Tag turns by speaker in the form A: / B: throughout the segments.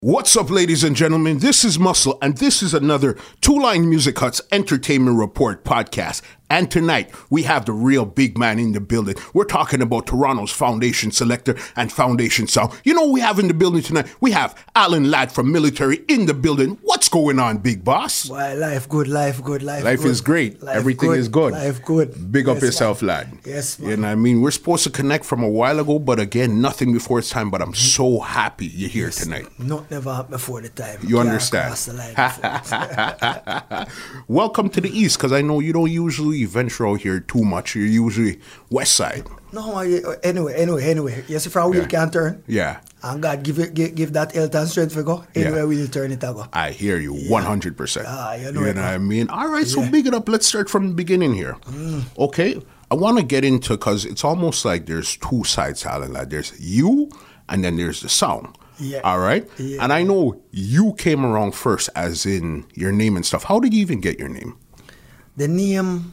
A: What's up, ladies and gentlemen? This is Muscle, and this is another Two Line Music Hut's Entertainment Report podcast. And tonight, we have the real big man in the building. We're talking about Toronto's foundation selector and foundation sound. You know, we have in the building tonight, we have Alan Ladd from Military in the building. What's going on, big boss?
B: Why life good, life good, life.
A: Life
B: good.
A: is great. Everything is good.
B: Life good.
A: Big up
B: Yes,
A: yourself,
B: man.
A: lad.
B: Yes,
A: You know what I mean? We're supposed to connect from a while ago, but again, nothing before it's time. But I'm
B: Mm-hmm.
A: so happy you're here tonight.
B: Not never happened before the time.
A: You
B: Yeah,
A: understand.
B: cross the line before.
A: Welcome to the East, because I know you don't usually venture out here too much. You're usually West Side.
B: no, I- anyway, anyway, anyway. Yes, if our wheel
A: Yeah.
B: can turn,
A: Yeah,
B: and God give it, give, give that health and strength for go. Anyway,
A: Yeah.
B: we'll turn it a go.
A: I hear you 100%.
B: Ah, you know
A: you
B: it,
A: know
B: man.
A: what I mean? All right, so big it up. Let's start from the beginning here.
B: Mm.
A: Okay, I want to get into, because it's almost like there's two sides to Alan Ladd. There's you, and then there's the sound.
B: Yeah.
A: All right?
B: Yeah.
A: And I know you came around first, as in your name and stuff. How did you even get your name?
B: The name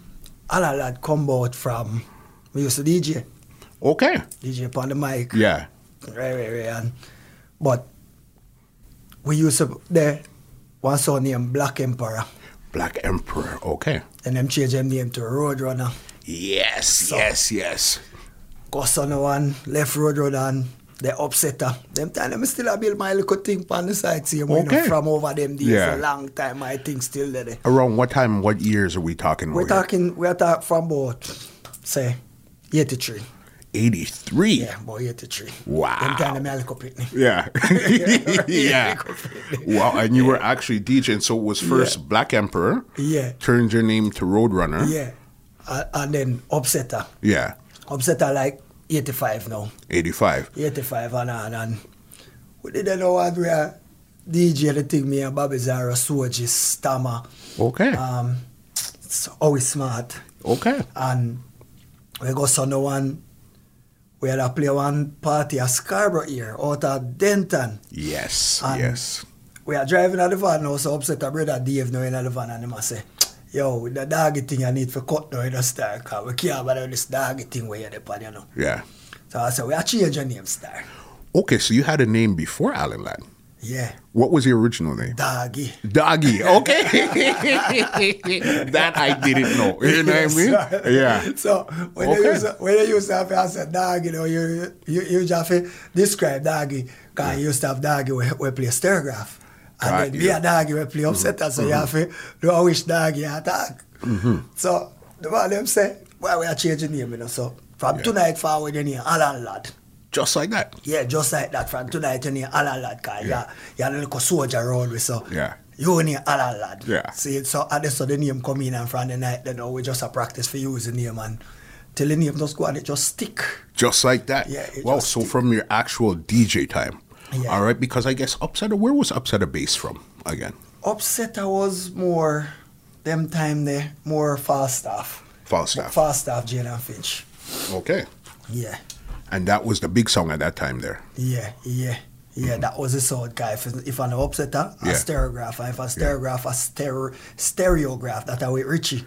B: Alalad come out from we used to DJ,
A: Okay.
B: DJ upon the mic.
A: Yeah.
B: Right, right, right. And, but we used to there one son named Black Emperor,
A: Black Emperor. Okay.
B: and them change him name to Roadrunner.
A: Yes,
B: So-
A: yes, yes.
B: Cuss on the one, left road road on, the upsetter. Them time them still a build my little thing on the side, see me
A: Okay.
B: know, from over them days
A: Yeah.
B: a long time my thing still there.
A: Around what time, what years are we talking
B: We're
A: about? here?
B: talking we're talking from about say eighty three.
A: 83.
B: Yeah, about eighty three.
A: Wow.
B: Them time them I look up it. me.
A: Yeah. yeah. Wow. And you were actually DJing. So it was first Black Emperor.
B: Yeah.
A: Turned your name to Roadrunner.
B: Yeah. A- and then upsetter.
A: Yeah.
B: Upsetter like eighty five now.
A: 85.
B: 85 and on and we didn't know what we are DJ the thing me and Bobby Zara Soji Stammer
A: Okay.
B: um it's always smart
A: okay.
B: and we go on the one we had a play one party at Scarborough here out of Denton
A: Yes.
B: and-
A: yes.
B: we are driving out the van now so upset a brother Dave now in the van and him a say yo with the doggy thing I need for cut now in the star car we can't bother with this doggy thing where you're the pan you know
A: Yeah.
B: so I said we are change your name star
A: Okay. So you had a name before Alan Ladd.
B: yeah
A: What was your original name?
B: doggy
A: Doggy. Okay. that I didn't know. You know what I mean?
B: Yes, sir.
A: Yeah.
B: So when you
A: Okay.
B: use when you use have I said dog, you know, you you you just have to describe doggy. Cause you used to have doggy we, we play stairgraph. And
A: Got
B: then
A: you.
B: me a doggy we play
A: Mm-hmm.
B: upset so you have to do a wish doggy attack.
A: Mm-hmm.
B: So the man them say, Well we are changing name, you know. So from tonight forward you name Alan Lad.
A: Just like that.
B: Yeah, just like that. From tonight you name Alan Lad cause yeah. you're a little soldier around with so
A: Yeah.
B: you only Alan lad.
A: Yeah.
B: See, so at the so the name come in and from the night then oh, we just a practice for using name and till the name just go and it just stick.
A: Just like that.
B: Yeah, it
A: Wow.
B: just
A: So
B: did.
A: from your actual DJ time.
B: Yeah.
A: All right. Because I guess Upsetter, where was Upsetter based from again?
B: Upset I was more them time there, more fast off.
A: Falstaff.
B: Fast off Jane and Finch.
A: Okay.
B: Yeah.
A: And that was the big song at that time there.
B: Yeah, yeah. Yeah, that was a sword guy. If, if I'm an upsetter, a
A: Mm-hmm. Yeah.
B: stereograph. If a stereograph, a stereo, stereograph. That I way Richie.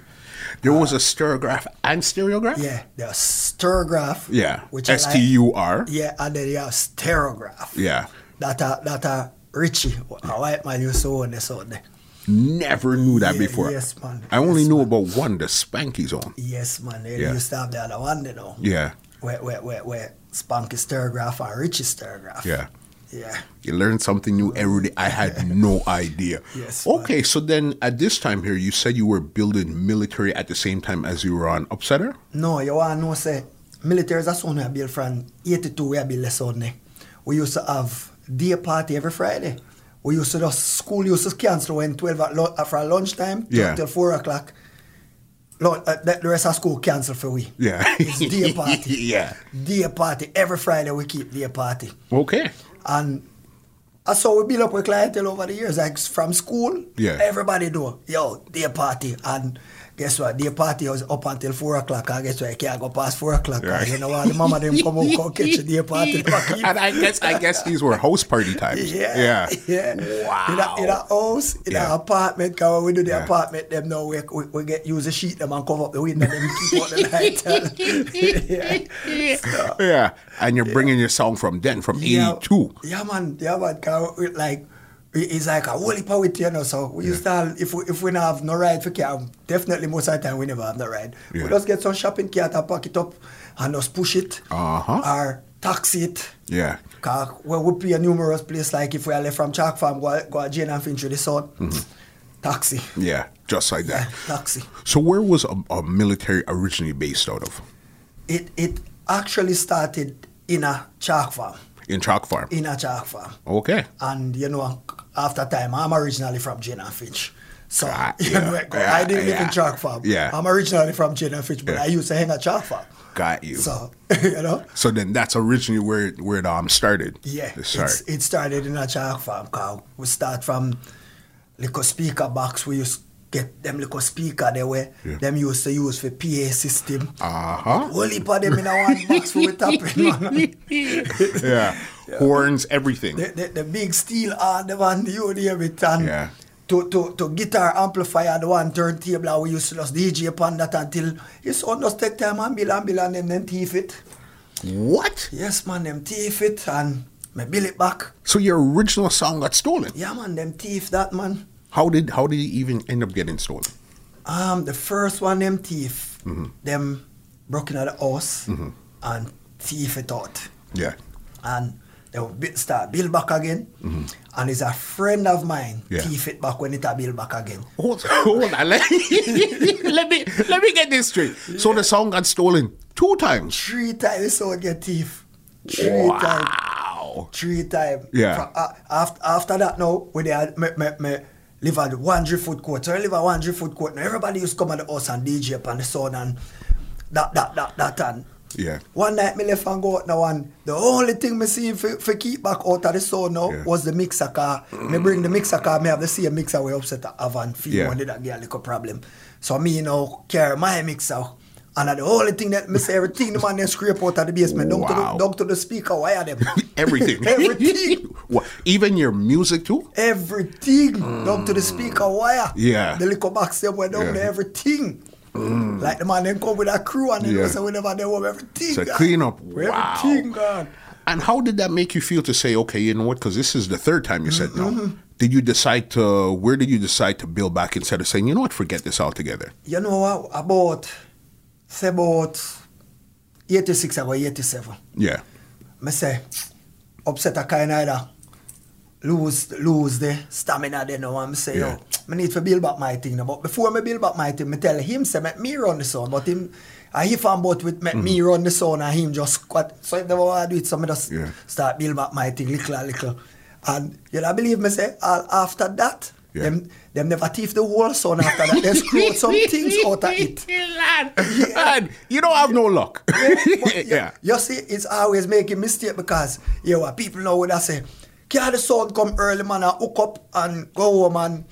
A: There was a stereograph and stereograph?
B: Uh, Yeah, the stereograph.
A: Yeah.
B: Which
A: S
B: I
A: T
B: like.
A: U R.
B: Yeah, and then you have stereograph.
A: Yeah.
B: That a that a Richie, a white man used to own this out there.
A: Never knew that
B: Yeah,
A: before.
B: yes, man.
A: I only
B: Yes,
A: knew
B: man.
A: about one, the Spanky Zone.
B: Yes, man. They
A: Yeah.
B: used to have the other one, you know.
A: Yeah.
B: Where where where where Spunky stereograph and Richie stereograph.
A: Yeah.
B: Yeah.
A: You learn something new every day. I had no idea.
B: Yes, man.
A: Okay, so then at this time here, you said you were building military at the same time as you were on Upsetter?
B: No, you want to know say military is a sound we built from 82 we built less on there. We used to have day party every Friday. We used to just school used to cancel when 12 at lu- from lunchtime till-
A: Yeah.
B: till 4 o'clock. Lun- uh, the the rest of school cancel for we.
A: Yeah.
B: It's day party.
A: Yeah.
B: Day party. Every Friday we keep day party.
A: Okay.
B: And that's how we build up with clientele over the years. Like from school,
A: Yeah.
B: everybody know, yo, day party. And guess what? Day party was up until four o'clock. And guess what? You can't go past four o'clock.
A: Right.
B: And you know what? The mama them come out, come catch you day party.
A: and I guess I guess these were house party times.
B: Yeah,
A: Yeah.
B: yeah. In
A: Wow.
B: a, in a house, in an
A: Yeah.
B: apartment, cause when we do the
A: Yeah.
B: apartment, them now we, we, we get use a sheet them and cover up the window, them keep out the light. yeah. So-
A: Yeah. And you're bringing your song from E then, from
B: yeah,
A: 82.
B: Yeah, man. Yeah, man. 'cause we- Like, it- it's like a holy power with you know. So we used to have, if we if we not have no ride for car, definitely most of the time we never have no ride.
A: Yeah.
B: We just get some shopping cart and pack it up and just push it
A: Uh-huh.
B: or taxi it.
A: Yeah.
B: Cause when we pay a numerous place, like if we are left from Chalk Farm, go, go to Jane and Finch with the sun,
A: Mm-hmm.
B: taxi.
A: Yeah. Just like that.
B: Taxi.
A: So where was a, a military originally based out of?
B: It it actually started in a Chalk Farm,
A: In Chalk Farm.
B: in a Chalk Farm.
A: Okay.
B: And you know, after time, I'm originally from Jane and Finch. So
A: Ah,
B: you
A: yeah,
B: know, I go-
A: yeah,
B: I didn't live
A: yeah.
B: in Chalk Farm.
A: Yeah.
B: I'm originally from Jane and Finch, but
A: Yeah.
B: I used to hang at Chalk Farm.
A: Got you. So,
B: So you know.
A: then that's originally where it, where it um started.
B: Yeah,
A: It
B: it's,
A: started.
B: it started in a chalk farm car. We start from little speaker box. We used get them little speaker they were
A: Yeah.
B: them used to use for PA system.
A: Uh huh.
B: Only for them in a one box for we tapping man.
A: Yeah. Horns, everything.
B: The, the, the big steel on the one you would hear it and
A: Yeah.
B: to, to, to guitar amplifier the one turntable and we used to just DJ upon that until it's almost take time and bill and bill and them, them teeth it.
A: What?
B: Yes man them teeth it and me bill it back.
A: So your original song got stolen.
B: Yeah man them teeth that man.
A: How did how did it even end up getting stolen?
B: Um, the first one, them thief,
A: Mm-hmm.
B: them broke in the house and thief it out.
A: Yeah.
B: And they will bi- start build back again. And it's a friend of mine
A: Mm-hmm. Yeah.
B: thief it back when it a build back again.
A: Hold, hold on. Let, let me let me get this straight. So the song got stolen two times.
B: Three times so it get thief. Three times.
A: Wow.
B: Three times.
A: Yeah.
B: after, after that now, we they had me, me, me live at one hundred foot court. So I live at one hundred foot court. Now everybody used to come at the house and DJ up and the sound and that that that that and
A: Yeah.
B: One night me left and go out now and the only thing me see for, for keep back out of the sound now
A: Yeah.
B: was the mixer car. me bring the mixer car, me have the same mixer we upset I have and feel
A: Yeah.
B: yeah. one did that get a little problem. So me now carry my mixer and the only thing that me say everything the man then scrape out of the basement down, to
A: Wow.
B: the, down to the speaker wire them.
A: Everything.
B: everything.
A: What, even your music too?
B: Everything down to the speaker wire.
A: Yeah.
B: The little box them went down
A: Yeah. Mm.
B: there, everything. Like the man then come with a crew and then
A: Yeah.
B: yeah. say we never they home everything.
A: So
B: gone.
A: clean up.
B: Where
A: Wow.
B: Everything gone.
A: And how did that make you feel to say, okay, you know what? Because this is the third time you said no. Did you decide to? Where did you decide to build back instead of saying, you know what? Forget this altogether.
B: You know what? About say about eighty six about eighty seven.
A: Yeah.
B: Me say upset a kind either lose lose the stamina then now and me say
A: Yeah.
B: yo me need to build back my thing now. But before me build back my thing, me tell him say make me run the sound. But him I he found out with make me
A: Mm-hmm.
B: run the sound and him just squat. So if never want to do it, so me just
A: Yeah.
B: start build back my thing little and little. And you know believe me say all after that
A: Yeah.
B: them them never thief the whole sound after that. They screw some things out of it.
A: Lad, lad, you don't have no luck.
B: But you-
A: yeah.
B: You see, it's always making mistake because you know people now would say, can the sound come early man and hook up and go home and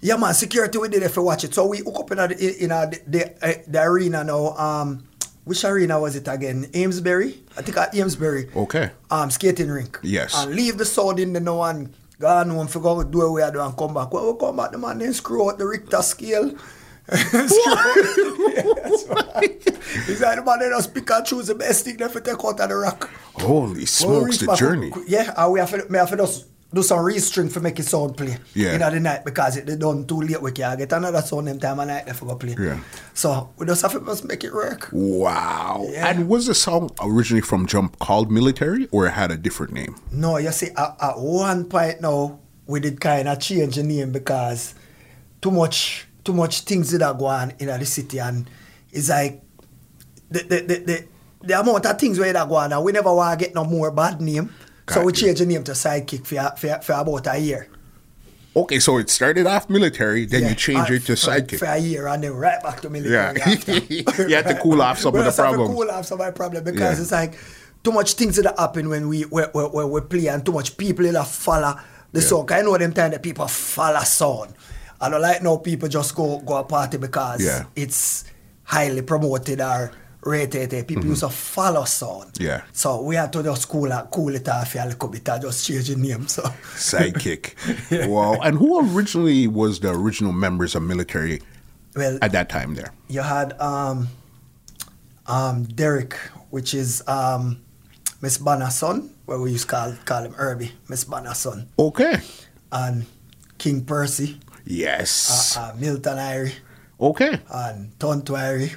B: yeah man, security we did if you watch it. So we hook up in a, in a, the, uh, the arena now. Um which arena was it again? Amesbury? I think at Amesbury.
A: Okay.
B: Um skating rink.
A: Yes.
B: And leave the sound in the now and go on home for go do away do and come back. When we come back the man then screw out the Richter scale. He's like, the man, they just pick and choose the best thing they have to take out of the rack.
A: Holy
B: When we
A: smokes,
B: reach
A: the
B: back,
A: journey.
B: Yeah, and we have to, me have to just do some restring for make it sound play.
A: Yeah.
B: In the night because it they done too late. We can't get another sound them time of night they forgot play.
A: Yeah.
B: So we just have to just make it work.
A: Wow.
B: Yeah.
A: And was the song originally from Jump called Military or it had a different name?
B: No, you see, at, at one point now, we did kind of change the name because too much too much things that are going on in the city and it's like the the, the, the, the amount of things where that go on and we never want to get no more bad name. so
A: Got
B: we
A: you.
B: changed the name to Sidekick for, for, for about a year.
A: Okay, so it started off Military, then
B: Yeah, Uh,
A: you changed
B: and
A: it to
B: for- For
A: Sidekick.
B: a year and then right back to military.
A: Yeah.
B: after.
A: You had to cool off some
B: We
A: of the
B: just have to
A: problems.
B: cool off some of the problem because
A: Yeah.
B: it's like too much things that happen when we when, when, when we play and too much people that follow the song. 'Cause I know them time that people follow sound. I don't like now people just go go a party because
A: Yeah.
B: it's highly promoted or rated. eh. People use a follow sound.
A: Mm-hmm. Yeah.
B: So we had to just cool out- cool it off a little bit and just change the name. So
A: Sidekick. wow. And who originally was the original members of Military
B: well
A: at that time there?
B: you had um, um, Derek, which is um, Miss Banner's son, where we used to call, call him Herbie, Miss Banner's son.
A: Okay.
B: and King Percy,
A: Yes.
B: uh, Milton Irie,
A: okay.
B: and Tonto Irie,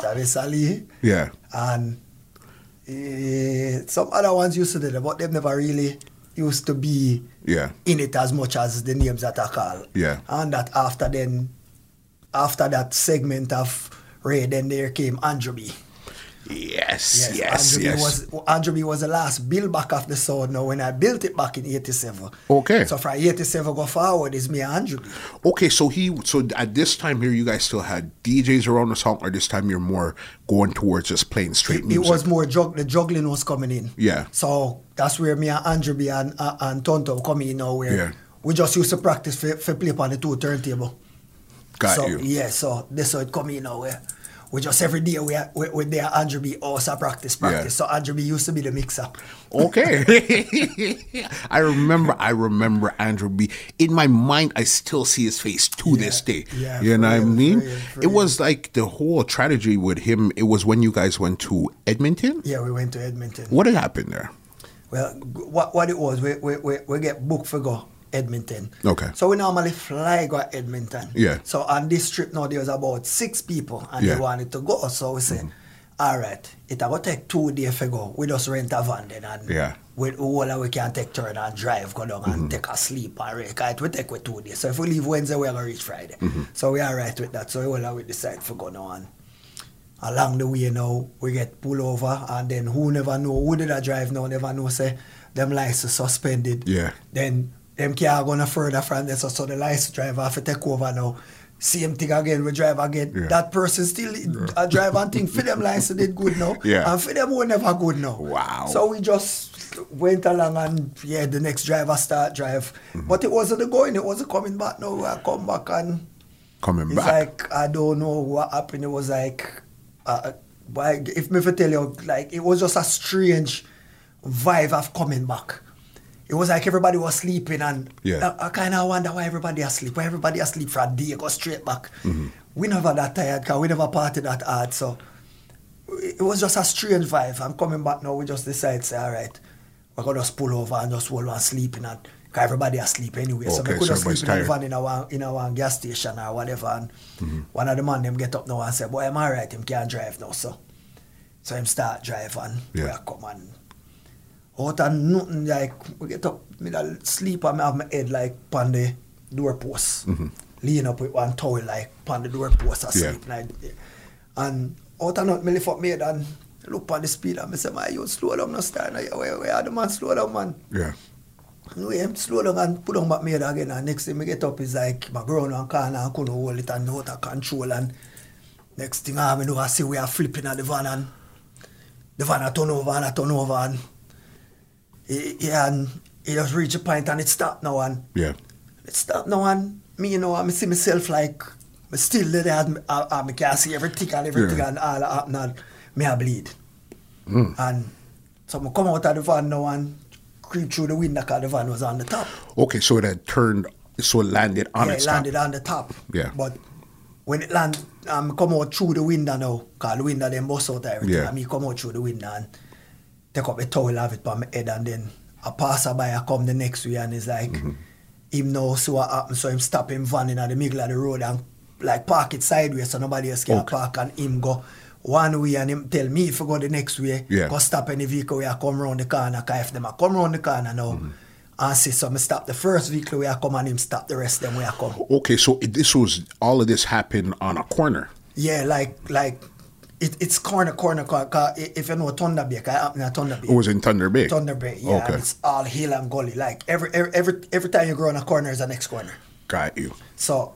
B: Travis Ali,
A: Yeah.
B: and eh, some other ones used to do that, but they never really used to be
A: Yeah.
B: in it as much as the names that are called.
A: Yeah.
B: And that after then, after that segment of Ray, then there came Andrew B.
A: Yes. Yes.
B: Andrew
A: Yes.
B: B was Andrew B was the last build back of the sound now when I built it back in 87.
A: Okay.
B: So from 87 go forward is me and Andrew B.
A: okay. So he. So at this time here, you guys still had DJs around the song, or this time you're more going towards just playing straight
B: It, it
A: music.
B: was more jug- the juggling was coming in.
A: Yeah.
B: So that's where me and Andrew B and, uh, and Tonto coming in now where
A: Yeah.
B: we just used to practice for, for play on the two turntable.
A: Got
B: so,
A: you.
B: Yeah, so this how it come in now. where We just every day we are, we, we there Andrew B also practice practice. So Andrew B used to be the mixer.
A: Okay. I remember I remember Andrew B. In my mind I still see his face to this day.
B: yeah,
A: you
B: for
A: know what I
B: real, for
A: mean?
B: real, for
A: it
B: real.
A: was like the whole tragedy with him, it was when you guys went to Edmonton.
B: Yeah, we went to Edmonton.
A: What had happened there?
B: Well, g- what what it was, we we, we, we get booked for go Edmonton.
A: Okay.
B: So we normally fly go Edmonton.
A: Yeah.
B: So on this trip now there was about six people and
A: Yeah. Mm-hmm.
B: they wanted to go. So we said, all right, it'll go take two days for go. We just rent a van then and
A: Yeah. Mm-hmm.
B: we all we can take turn and drive, go down and take a sleep and rest. 'Cause It will take we two days. So if we leave Wednesday, we're gonna reach Friday.
A: Mm-hmm.
B: So we all right with that. So we all we decide for go now and along the way now we get pulled over and then who never know who did I drive now never know say them license suspended.
A: Yeah.
B: Then them car gonna further from this so, so the license driver have to take over now. Same thing again, we drive again.
A: Yeah.
B: That person still I drive and think for them license did good now.
A: Yeah.
B: And for them who never good now.
A: Wow.
B: So we just went along and yeah, the next driver start drive.
A: Mm-hmm.
B: But it wasn't the going, it wasn't coming back now. I come back and
A: Coming
B: it's
A: back.
B: like I don't know what happened. It was like, uh, why if me for tell you, like it was just a strange vibe of coming back. It was like everybody was sleeping, and
A: Yeah.
B: I, kind of wonder why everybody asleep. Why everybody asleep for a day, go straight back.
A: Mm-hmm.
B: We never that tired, cause we never party that hard. So it was just a strange vibe. I'm coming back now. We just decide, say, all right, we're gonna just pull over and just roll and sleep in and. Cause everybody asleep anyway, so
A: Okay,
B: we could
A: so
B: just sleep
A: everybody's
B: in the
A: tired. Mm-hmm.
B: van in our in our gas station or whatever. And one of the man them get up now and say, "Boy, I'm alright. Him can't drive now, so so him start driving.
A: Yeah.
B: We a come and out and nothing like we get up, me da sleep and me have my head like on the doorpost, lean up with one towel like on the doorpost
A: Yeah.
B: asleep like. And out and out, me lift up me head and look on the speed and me say, "My you slow down, no start now. Where where are the man slow down, man?"
A: yeah.
B: No, him slow down and put on back me head again. And next thing me get up is like my ground and corner and couldn't hold it and out of control. And next thing I know, I see we are flipping at the van and the van a turn over and a turn over and he, he- and he just reach a point and it stopped now and
A: Yeah.
B: it stopped now and me you know I see myself like me still there and I, I, uh, me can see everything and everything
A: Yeah.
B: and all happen and me I bleed. And so I come out of the van now and creep through the window because the van was on the top.
A: Okay, so it had turned so it landed on
B: yeah, it
A: its
B: landed
A: top.
B: on the top.
A: Yeah.
B: But when it land, um, come out through the window now, because the window then bust out everything.
A: Yeah.
B: And me come out through the window and take up the towel of it on my head and then a passerby I come the next way and it's like,
A: Mm-hmm.
B: him now see what happened, so him stop him van in the middle of the road and like park it sideways so nobody else can
A: Okay.
B: park and him go one way and him tell me if I go the next way,
A: Yeah.
B: go stop any vehicle where I come round the corner, cause if them I come round the corner now
A: Mm-hmm.
B: and see so me stop the first vehicle where I come and him stop the rest them where I come.
A: Okay, so it, this was all of this happened on a corner.
B: Yeah, like like it, it's corner corner corner. 'cause i- If you know Thunder Bay, 'cause I happen at Thunder Bay.
A: Oh, It was in Thunder Bay.
B: Thunder Bay, yeah, and
A: Okay.
B: it's all hill and gully. Like every every every, every time you go on a corner is the next corner.
A: Got you.
B: So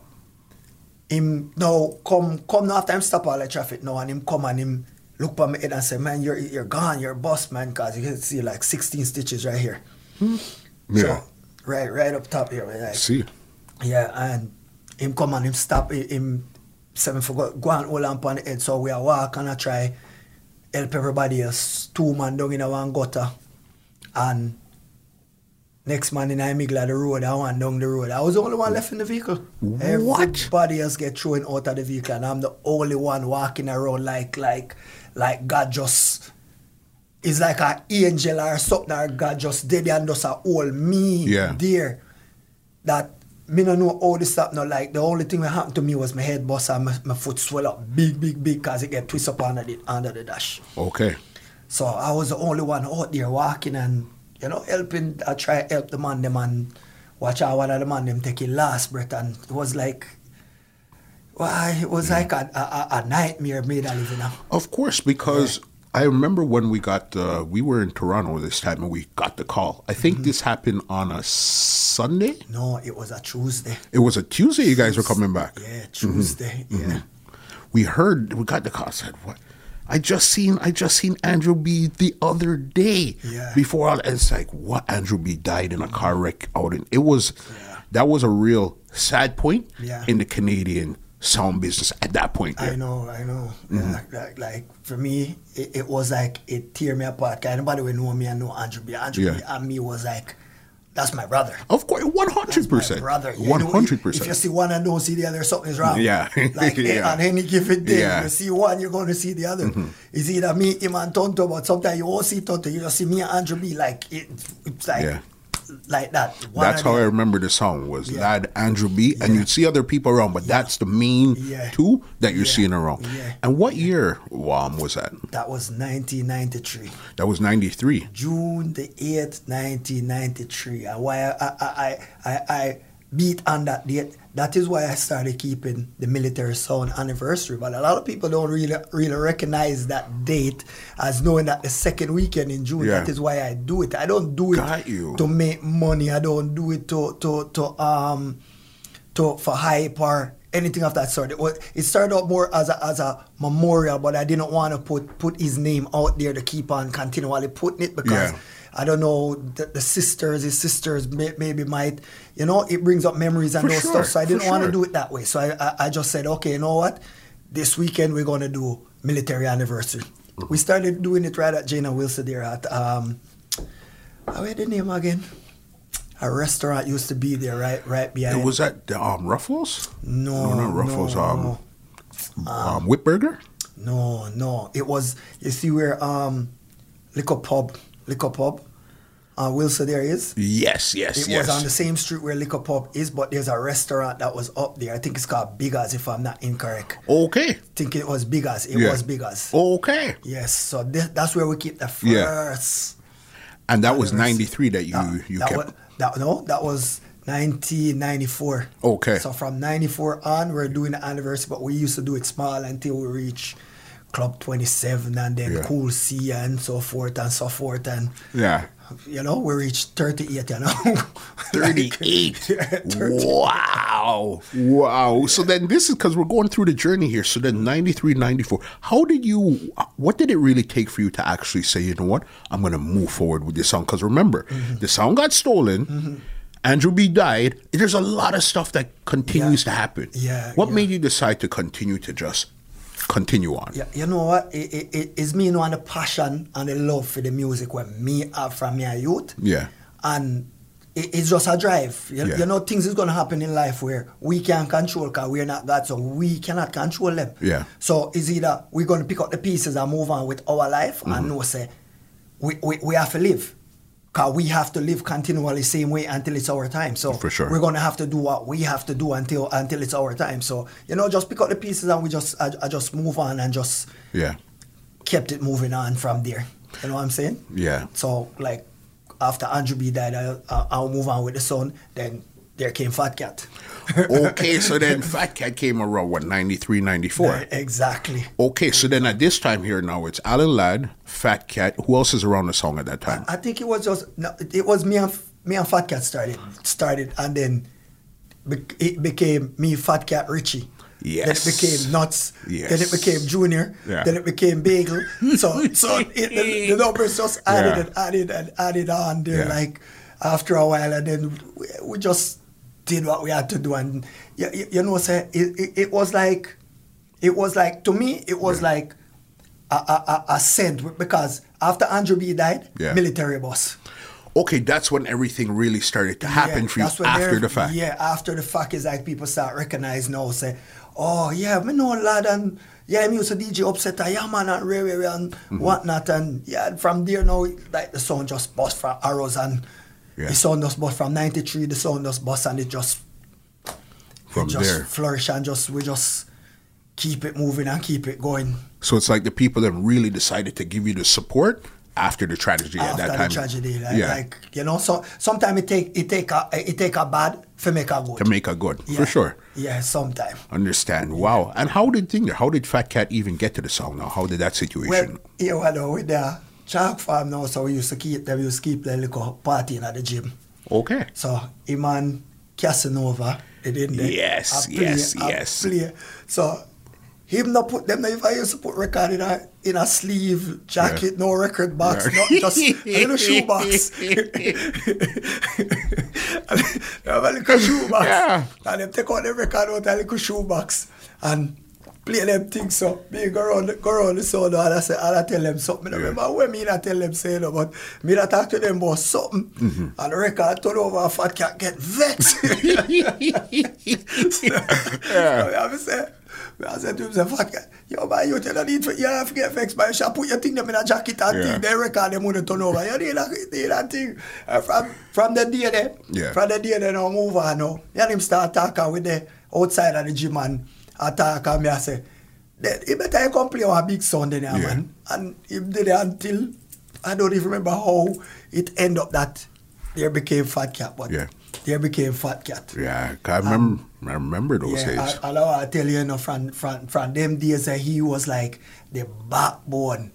B: him now come come now after him stop all the traffic now and him come and him look at me head and say, Man, you're you're gone, you're bust, man, cause you can see like sixteen stitches right here.
A: Yeah.
B: So right right up top here. Like,
A: See.
B: yeah, and him come and him stop hi- him seven for go, go and hold on pon the head. So we are walk and I try help everybody else. Two man down in a one gutter. And next man in the middle of the road, I one down the road. I was the only one left in the vehicle. Everybody else get thrown out of the vehicle and I'm the only one walking around like like like God just it's like an angel or something or God just did and just a hold me
A: Yeah.
B: there. that me no know all this stuff. No, like the only thing that happened to me was my head bust and my, my foot swell up big, big, big, cause it get twist up under the under the dash.
A: Okay.
B: So I was the only one out there walking and you know helping. I try help the man them and watch out one of the man them take his last breath and it was like, why it was like a, a, a- a nightmare made I live in. now.
A: Of course, because I remember when we got uh, we were in Toronto this time and we got the call. I
B: Mm-hmm.
A: think this happened on a Sunday.
B: No, it was a Tuesday.
A: It was a Tuesday. You guys were coming back. Mm-hmm.
B: Yeah, Tuesday. Yeah.
A: We heard we got the call. Said what? I just seen I just seen Andrew B the other day.
B: Yeah.
A: Before all, it's like what Andrew B died in a car wreck out in it was that was a real sad point
B: Yeah.
A: in the Canadian sound business at that point.
B: I know, I know.
A: Mm-hmm.
B: Like, like, like, for me, it, it was like it tear me apart. 'Cause Anybody who know me, I know Andrew B. Andrew B.
A: Yeah.
B: and me was like, that's my brother.
A: Of course, one hundred
B: My
A: percent,
B: brother. You know,
A: one hundred
B: If you
A: percent.
B: see one and don't see the other, something's wrong.
A: Yeah.
B: Like eh,
A: Yeah.
B: on any given day,
A: Yeah. Mm-hmm.
B: you see one, you're going to see the other. It's either me, him, and Tonto, but sometimes you won't see Tonto. You just see me and Andrew B. Like it, it's like
A: Yeah.
B: like that. One
A: That's
B: or
A: how I
B: the other.
A: remember the song was
B: Yeah.
A: Lad Andrew B. And you'd see other people around, but that's the main
B: Yeah.
A: two that you're
B: Yeah.
A: seeing around.
B: Yeah.
A: And what year um, was that?
B: That was 1993.
A: That was ninety three.
B: June the 8th, 1993. And why I, I, I, I, I beat on that date, that is why I started keeping the military sound anniversary. But a lot of people don't really, really recognize that date as knowing that the second weekend in June,
A: Yeah.
B: that is why I do it. I don't do it
A: Got you.
B: to make money. I don't do it to, to, to, um, to, for hype or anything of that sort. It, was, it started out more as a, as a memorial, but I didn't want to put, put his name out there to keep on continually putting it because
A: Yeah.
B: I don't know the, the sisters, his sisters may, maybe might, you know, it brings up memories and
A: For
B: those
A: sure,
B: stuff. So I
A: for
B: didn't want
A: sure.
B: to do it that way. So I, I, I just said, okay, you know what? This weekend we're going to do military anniversary.
A: Mm-hmm.
B: We started doing it right at Jane and Wilson there at, um, I read the name again. A restaurant used to be there, right, right behind.
A: It was at the, um, Ruffles?
B: no,
A: No, not Ruffles.
B: no,
A: um,
B: no. Uh,
A: um, Whitburger?
B: No, no. It was you see where um Liquor Pub Liquor Pub uh Wilson there is.
A: Yes, yes,
B: It
A: yes.
B: was on the same street where Liquor Pub is, but there's a restaurant that was up there. I think it's called Biggers if I'm not incorrect.
A: okay.
B: I think it was Biggers. It
A: Yeah.
B: was Biggers.
A: Okay.
B: Yes. So thi- that's where we keep the first
A: Yeah. And that was 93
B: Anniversary.
A: that you, you
B: Uh, that
A: kept.
B: Was, that no, that was 1994.
A: Okay.
B: So from 94 on, we're doing the anniversary, but we used to do it small until we reach Club 27 and then
A: Yeah.
B: Cool C and so forth and so forth and
A: yeah.
B: you know we reached 38. You know,
A: 38. wow. Wow. So then this is because we're going through the journey here. So then 93, 94. How did you, what did it really take for you to actually say, you know what, I'm going to move forward with this song? Because remember,
B: Mm-hmm.
A: the song got stolen. Andrew B died. There's a lot of stuff that continues to happen.
B: Yeah,
A: What
B: yeah.
A: made you decide to continue to just continue on?
B: Yeah, you know what? It, it, it- it's me knowing the passion and the love for the music when me have from my youth.
A: Yeah.
B: And it, it's just a drive. You,
A: Yeah.
B: you know, things is going to happen in life where we can't control because we're not God, so we cannot control them.
A: Yeah.
B: So it's either we're going to pick up the pieces and move on with our life
A: Mm-hmm.
B: and know, say, we, we, we have to live. Because we have to live continually same way until it's our time. So
A: For sure.
B: we're gonna have to do what we have to do until until it's our time. So you know, just pick up the pieces and we just I, I just move on and just
A: Yeah.
B: kept it moving on from there. You know what I'm saying?
A: Yeah.
B: So like after Andrew B died, I, I, I'll move on with the son. Then there came Fat Cat.
A: okay. So then Fat Cat came around, what, 93, 94?
B: exactly.
A: Okay, so then at this time here now, it's Alan Ladd, Fat Cat. Who else is around the song at that time?
B: I think it was just no, it was me and me and Fat Cat started started and then bec- it became me Fat Cat Richie. Then it
A: Yes.
B: became nuts. Then it
A: Yes.
B: became junior.
A: Yeah.
B: Then it became bagel. So so it, the, the numbers just added
A: Yeah.
B: and added and added on there
A: Yeah.
B: like after a while and then we, we just did what we had to do and you, you, you know say it, it, it was like it was like to me it was like a, a, a, a send because after Andrew B died
A: Yeah.
B: military boss
A: Okay, that's when everything really started to happen
B: yeah,
A: for you
B: that's when
A: after
B: they're-
A: the fact.
B: Yeah, after the fact is like people start recognize now, say, oh yeah, me know lad and yeah, I'm used to DJ upset, I yeah man and rare
A: Mm-hmm.
B: rare and whatnot and yeah, from there now like the sound just bust for arrows and
A: Yeah.
B: The sound just bus from '93, the sound just bus, and it just
A: From
B: it just
A: there.
B: flourish and just we just keep it moving and keep it going.
A: So it's like the people that really decided to give you the support after the tragedy at
B: after
A: that
B: the
A: time.
B: tragedy. Like,
A: yeah,
B: like you know, so sometimes it take it take a it take a bad to make a good.
A: to make a good
B: yeah.
A: for sure.
B: Yeah, sometime.
A: Understand? Wow. And how did thing? How did Fat Cat even get to the song? Now, how did that situation?
B: Well, yeah, well, though, with the chalk farm now, so we used to keep them, we used to keep the little party at the gym.
A: okay.
B: So him and Casanova, they didn't they?
A: Yes,
B: A
A: yes,
B: a
A: yes.
B: Play. So him not put them not even used to put record in a in a sleeve jacket, no record box,
A: Yeah.
B: no, just a little shoe box. have a little shoe box.
A: Yeah.
B: And them take out the record out a little shoe box and play them things so me go around go around the sound and I say and I tell them something. I remember when me I tell them say you know, but me I talk to them about something and the record turn over and fat cat get vexed. So I say I said to him, say, fuck, yo, man, you tell need for, you have to get vexed, man. You should put your thing them in a jacket and
A: Yeah.
B: thing, they record them on the turn over. You need that, need that thing. And from, from the day there,
A: Yeah.
B: from the day they now move on now. Me and him start talking with the outside of the gym and I talk and me I say, "Then he better you come play on big sound then, yeah.
A: Yeah.
B: man. And him did it until, I don't even remember how it end up that there became Fat Cat, but
A: Yeah.
B: there became Fat Cat.
A: yeah, I remember. I remember those
B: Yeah,
A: days.
B: I, I know I tell you, you know, from, from, from them days that he was like the backbone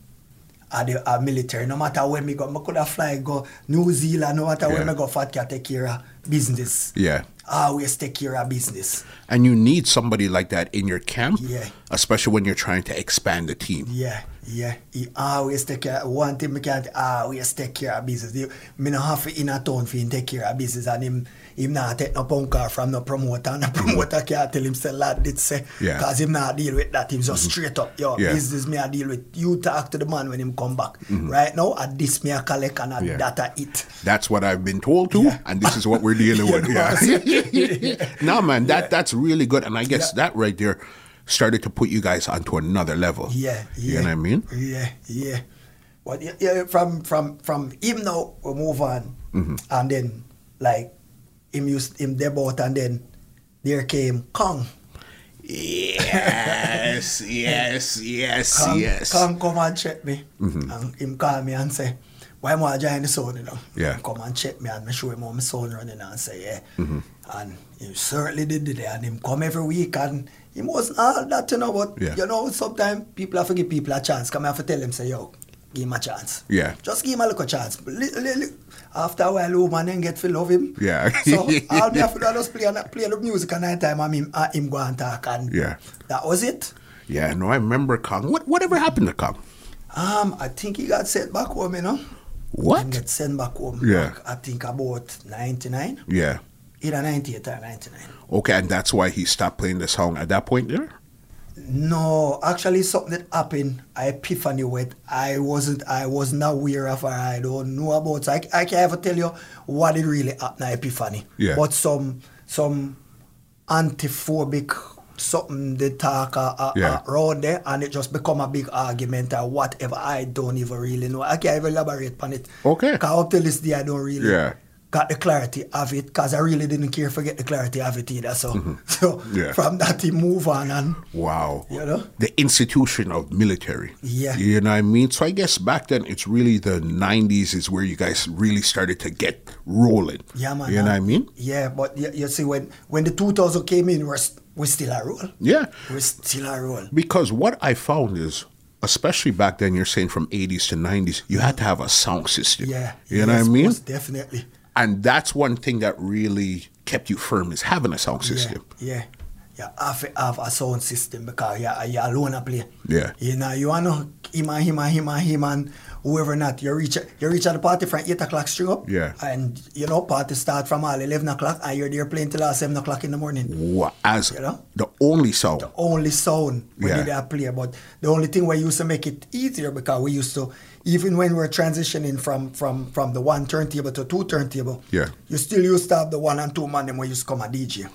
B: of the of military. No matter where me go, me could have fly go New Zealand, no matter where
A: Yeah.
B: me go, Fat Cat take care of business.
A: yeah.
B: Always take care of business.
A: And you need somebody like that in your camp,
B: Yeah.
A: especially when you're trying to expand the team.
B: Yeah, yeah. He always take care. One thing me can't always take care of business. He, me no have to in a town for him take care of business, and him him not take no punk car from no promoter. And the promoter can't tell him say lad did say,
A: Mm-hmm. Yeah. Mm-hmm.
B: cause him not deal with that. Him just straight up yo
A: Yeah. Mm-hmm.
B: business me I deal with. You talk to the man when him come back. Right now at this me I collect and at
A: Yeah.
B: that I eat.
A: That's what I've been told to, and this is what we're dealing
B: You
A: with.
B: know what I'm
A: Yeah. no, man, that that's really good, and I guess that right there started to put you guys onto another level.
B: Yeah,
A: you
B: yeah.
A: know what I mean.
B: Yeah, yeah. But yeah, yeah, from from from him now we move on,
A: Mm-hmm.
B: and then like him used him debut, and then there came Kong.
A: Yes, yes, yes, Mm-hmm.
B: Kong, Kong come and check me, and him call me and say. Why am I join the sound, you know?
A: Yeah.
B: Him Come and check me and me show him how my sound running and say, yeah.
A: Mm-hmm.
B: And he certainly did it. And him come every week and he wasn't all that, you know, but
A: Yeah.
B: you know, sometimes people have to give people a chance. Come I have to tell him, say, yo, give him a chance.
A: Yeah.
B: Just give him a little chance. Li- li- li- After a while, woman then get to love him.
A: Yeah.
B: so all me have to do is just play, and play the music and night time and him, and him go and talk. And
A: Yeah.
B: that was it.
A: Yeah, no, I remember Kong. What whatever happened to Kong?
B: Um, I think he got sent back home, you know. Him
A: What?
B: get sent back home.
A: Yeah.
B: like, I think about 99.
A: Yeah.
B: Either 98 or 99.
A: Okay, and that's why he stopped playing the song at that point there?
B: No, actually something that happened, I epiphany with. I wasn't I was not aware of or I don't know about. So I, I can't ever tell you what it really happened, I epiphany.
A: Yeah.
B: But some some antiphobic something they talk uh, uh,
A: Yeah.
B: around there and it just become a big argument or whatever. I don't even really know. I can't even elaborate on it.
A: Okay.
B: 'Cause up till this day I don't really
A: Yeah.
B: got the clarity of it because I really didn't care for get the clarity of it either. So so
A: Mm-hmm. Yeah.
B: from that he move on and
A: Wow.
B: You know?
A: The institution of military.
B: Yeah.
A: You know what I mean? So I guess back then it's really the 90s is where you guys really started to get rolling.
B: Yeah, man.
A: You know what I
B: and-
A: mean?
B: Yeah, but you, you see, when when the 2000 came in, we're, st- we still a roll.
A: Yeah.
B: we still a roll.
A: Because what I found is, especially back then, you're saying from 80s to 90s, you had to have a sound system.
B: Yeah.
A: You know what
B: yes,
A: I mean?
B: most definitely.
A: And that's one thing that really kept you firm is having a sound
B: Yeah,
A: system.
B: yeah. You have to have a sound system because you, you alone a play.
A: Yeah.
B: You know, you want to him and him and him and him and whoever not. You reach you reach at the party from 8 o'clock straight up.
A: Yeah.
B: And, you know, party start from all 11 o'clock and you're there playing till all 7 o'clock in the morning.
A: Wha- As
B: You know?
A: the only sound.
B: only sound when
A: Yeah.
B: did I play. But the only thing we used to make it easier because we used to even when we're transitioning from from from the one turntable to two turntable,
A: Yeah.
B: you still used to have the one and two man them we used to come a DJ.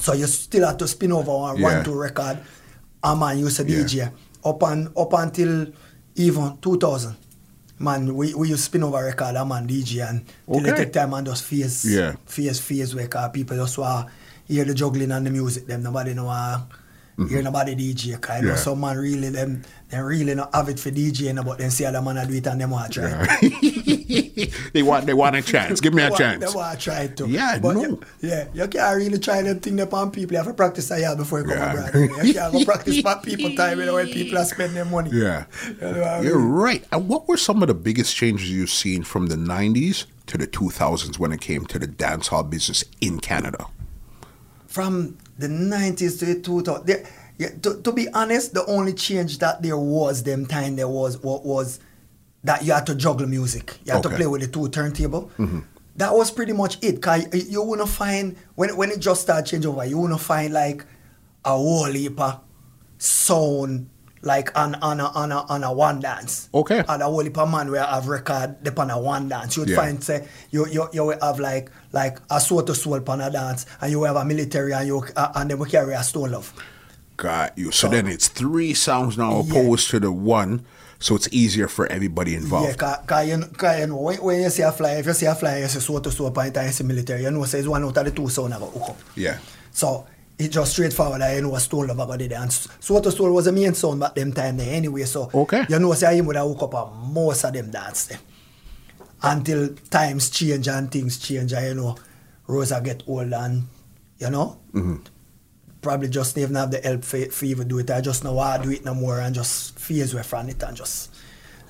B: So you still had to spin over one,
A: Yeah.
B: one two record a man used to DJ up on up until even two thousand. man, we, we used to spin over record and man DJ and till they
A: Okay.
B: take time and just face
A: Yeah.
B: face face where car people just want hear the juggling and the music them nobody know uh, hear nobody DJ cause I know
A: Mm-hmm. Yeah.
B: some man really them them really not have it for DJing but then see other man a do it and them want try.
A: they want they want a chance. Give me a
B: They wa-
A: chance.
B: They want try it too.
A: Yeah,
B: but
A: no.
B: You, yeah, you can't really try them thing upon people. You have to practice a year before you come
A: Yeah.
B: abroad. You can't go practice for people time you know, when people are spending their money.
A: Yeah.
B: You know what I mean?
A: You're right. And what were some of the biggest changes you've seen from the 90s to the 2000s when it came to the dance hall business in Canada?
B: from the 90s to the 2000s. There, yeah, to, to be honest, the only change that there was them time there was what was that you had to juggle music. You had
A: Okay. Mm-hmm.
B: to play with the two turntable. That was pretty much it. Cause you- you wouldn't find when when it just started change over, you wouldn't find like a whole heap of sound like on on a, on a, on a one dance.
A: Okay.
B: On a whole heap of man where I have record depend on a one dance. You'd
A: Yeah.
B: find say you you you will have like like a soul to soul pan a dance and you will have a military and you uh, and then we carry a stone love.
A: Got you. So then it's three sounds now
B: Yeah.
A: opposed to the one, so it's easier for everybody
B: Yeah,
A: involved.
B: cause, cause you, kn- cause you know, when, when you see a fly, if you see a fly, you see soul to soul pan it and you see military, you know say it's one out of the two sound I got hook up.
A: Yeah.
B: So it's just straightforward. I know a stone lover got it. And Soul to Soul was a main sound back them time there anyway. So
A: Okay.
B: you know say him would have woke up and most of them dance there. Until times change and things change and you know Rosa get old and you know probably just even have the help for, for even do it. I just know I do it no more and just phase away from it and just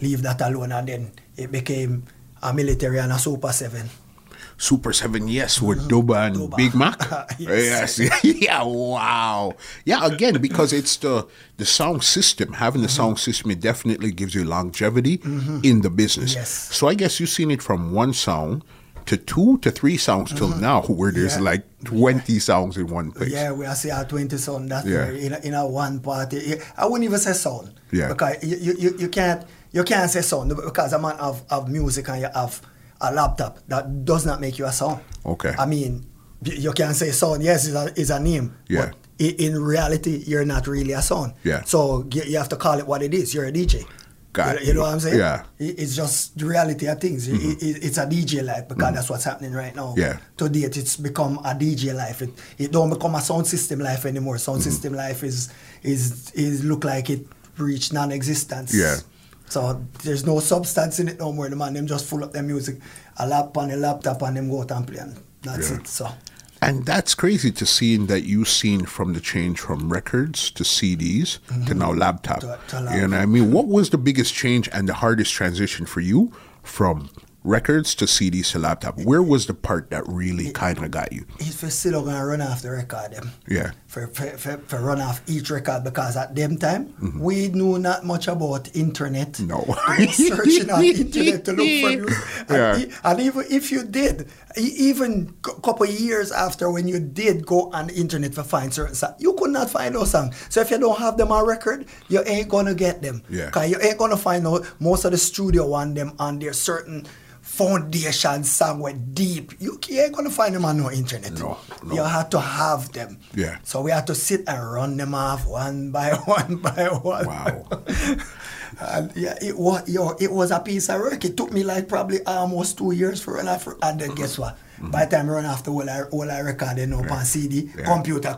B: leave that alone and then it became a military and a super seven.
A: Super 7, yes, with Duba and
B: Duba.
A: Big Mac.
B: Uh-huh. Yes.
A: yes. yeah, wow. Yeah, again, because it's the the sound system. Having the
B: Uh-huh.
A: sound system, it definitely gives you longevity in the business.
B: Mm-hmm. Yes.
A: So I guess you've seen it from one sound to two to three sounds till now, where there's
B: Uh-huh. Yeah.
A: like 20 sounds in one place.
B: Yeah, we are see our 20 sound that
A: Yeah.
B: yeah. in, a, in a one party. I wouldn't even say sound.
A: Yeah.
B: Because you, you- you, you can't you can't say sound because a man have, have music and you have a laptop. That does not make you a sound.
A: Okay.
B: I mean, y- you can say sound, yes, it's a, it's a name.
A: Yeah.
B: But i- in reality, you're not really a sound.
A: Yeah.
B: So you, you have to call it what it is. You're a DJ.
A: Got
B: you, you know
A: you.
B: what I'm saying?
A: Yeah.
B: I- It's just the reality of things. I- I- it's a DJ life because that's what's happening right now
A: Mm-hmm. Yeah.
B: to date it's become a DJ life. It it don't become a sound system life anymore. Sound
A: Mm-hmm.
B: system life is is is look like it reached non-existence.
A: Yeah.
B: So there's no substance in it no more. The man them just full up their music, a lap on a laptop and them go out and play and that's
A: Yeah.
B: it. So
A: And that's crazy to seeing that you've seen from the change from records to CDs to now laptop.
B: Mm-hmm. To- to
A: You know what I mean? What was the biggest change and the hardest transition for you from records to CDs to laptop? Where was the part that really kind of got you?
B: if you still gonna run off the record them.
A: Yeah.
B: For, for, for, for run off each record because at them time we knew not much about internet.
A: Mm-hmm. No.
B: We were searching on internet to look for music. And,
A: Yeah.
B: e- and even if you did, e- even a couple of years after when you did go on the internet to find certain songs, you could not find those songs. So if you don't have them on record, you ain't gonna get them.
A: Yeah.
B: 'Cause you ain't gonna find out most of the studio want them on their certain foundation song were deep. You c- you ain't gonna find them on no internet.
A: No, no.
B: You had to have them.
A: Yeah.
B: So we had to sit and run them off one by one by one.
A: Wow.
B: And yeah, it was yo, it was a piece of work. It took me like probably almost two years for run off. And then guess what? By the time I run off the whole I, whole I recorded up on CD,
A: Mm-hmm. Yeah.
B: computer.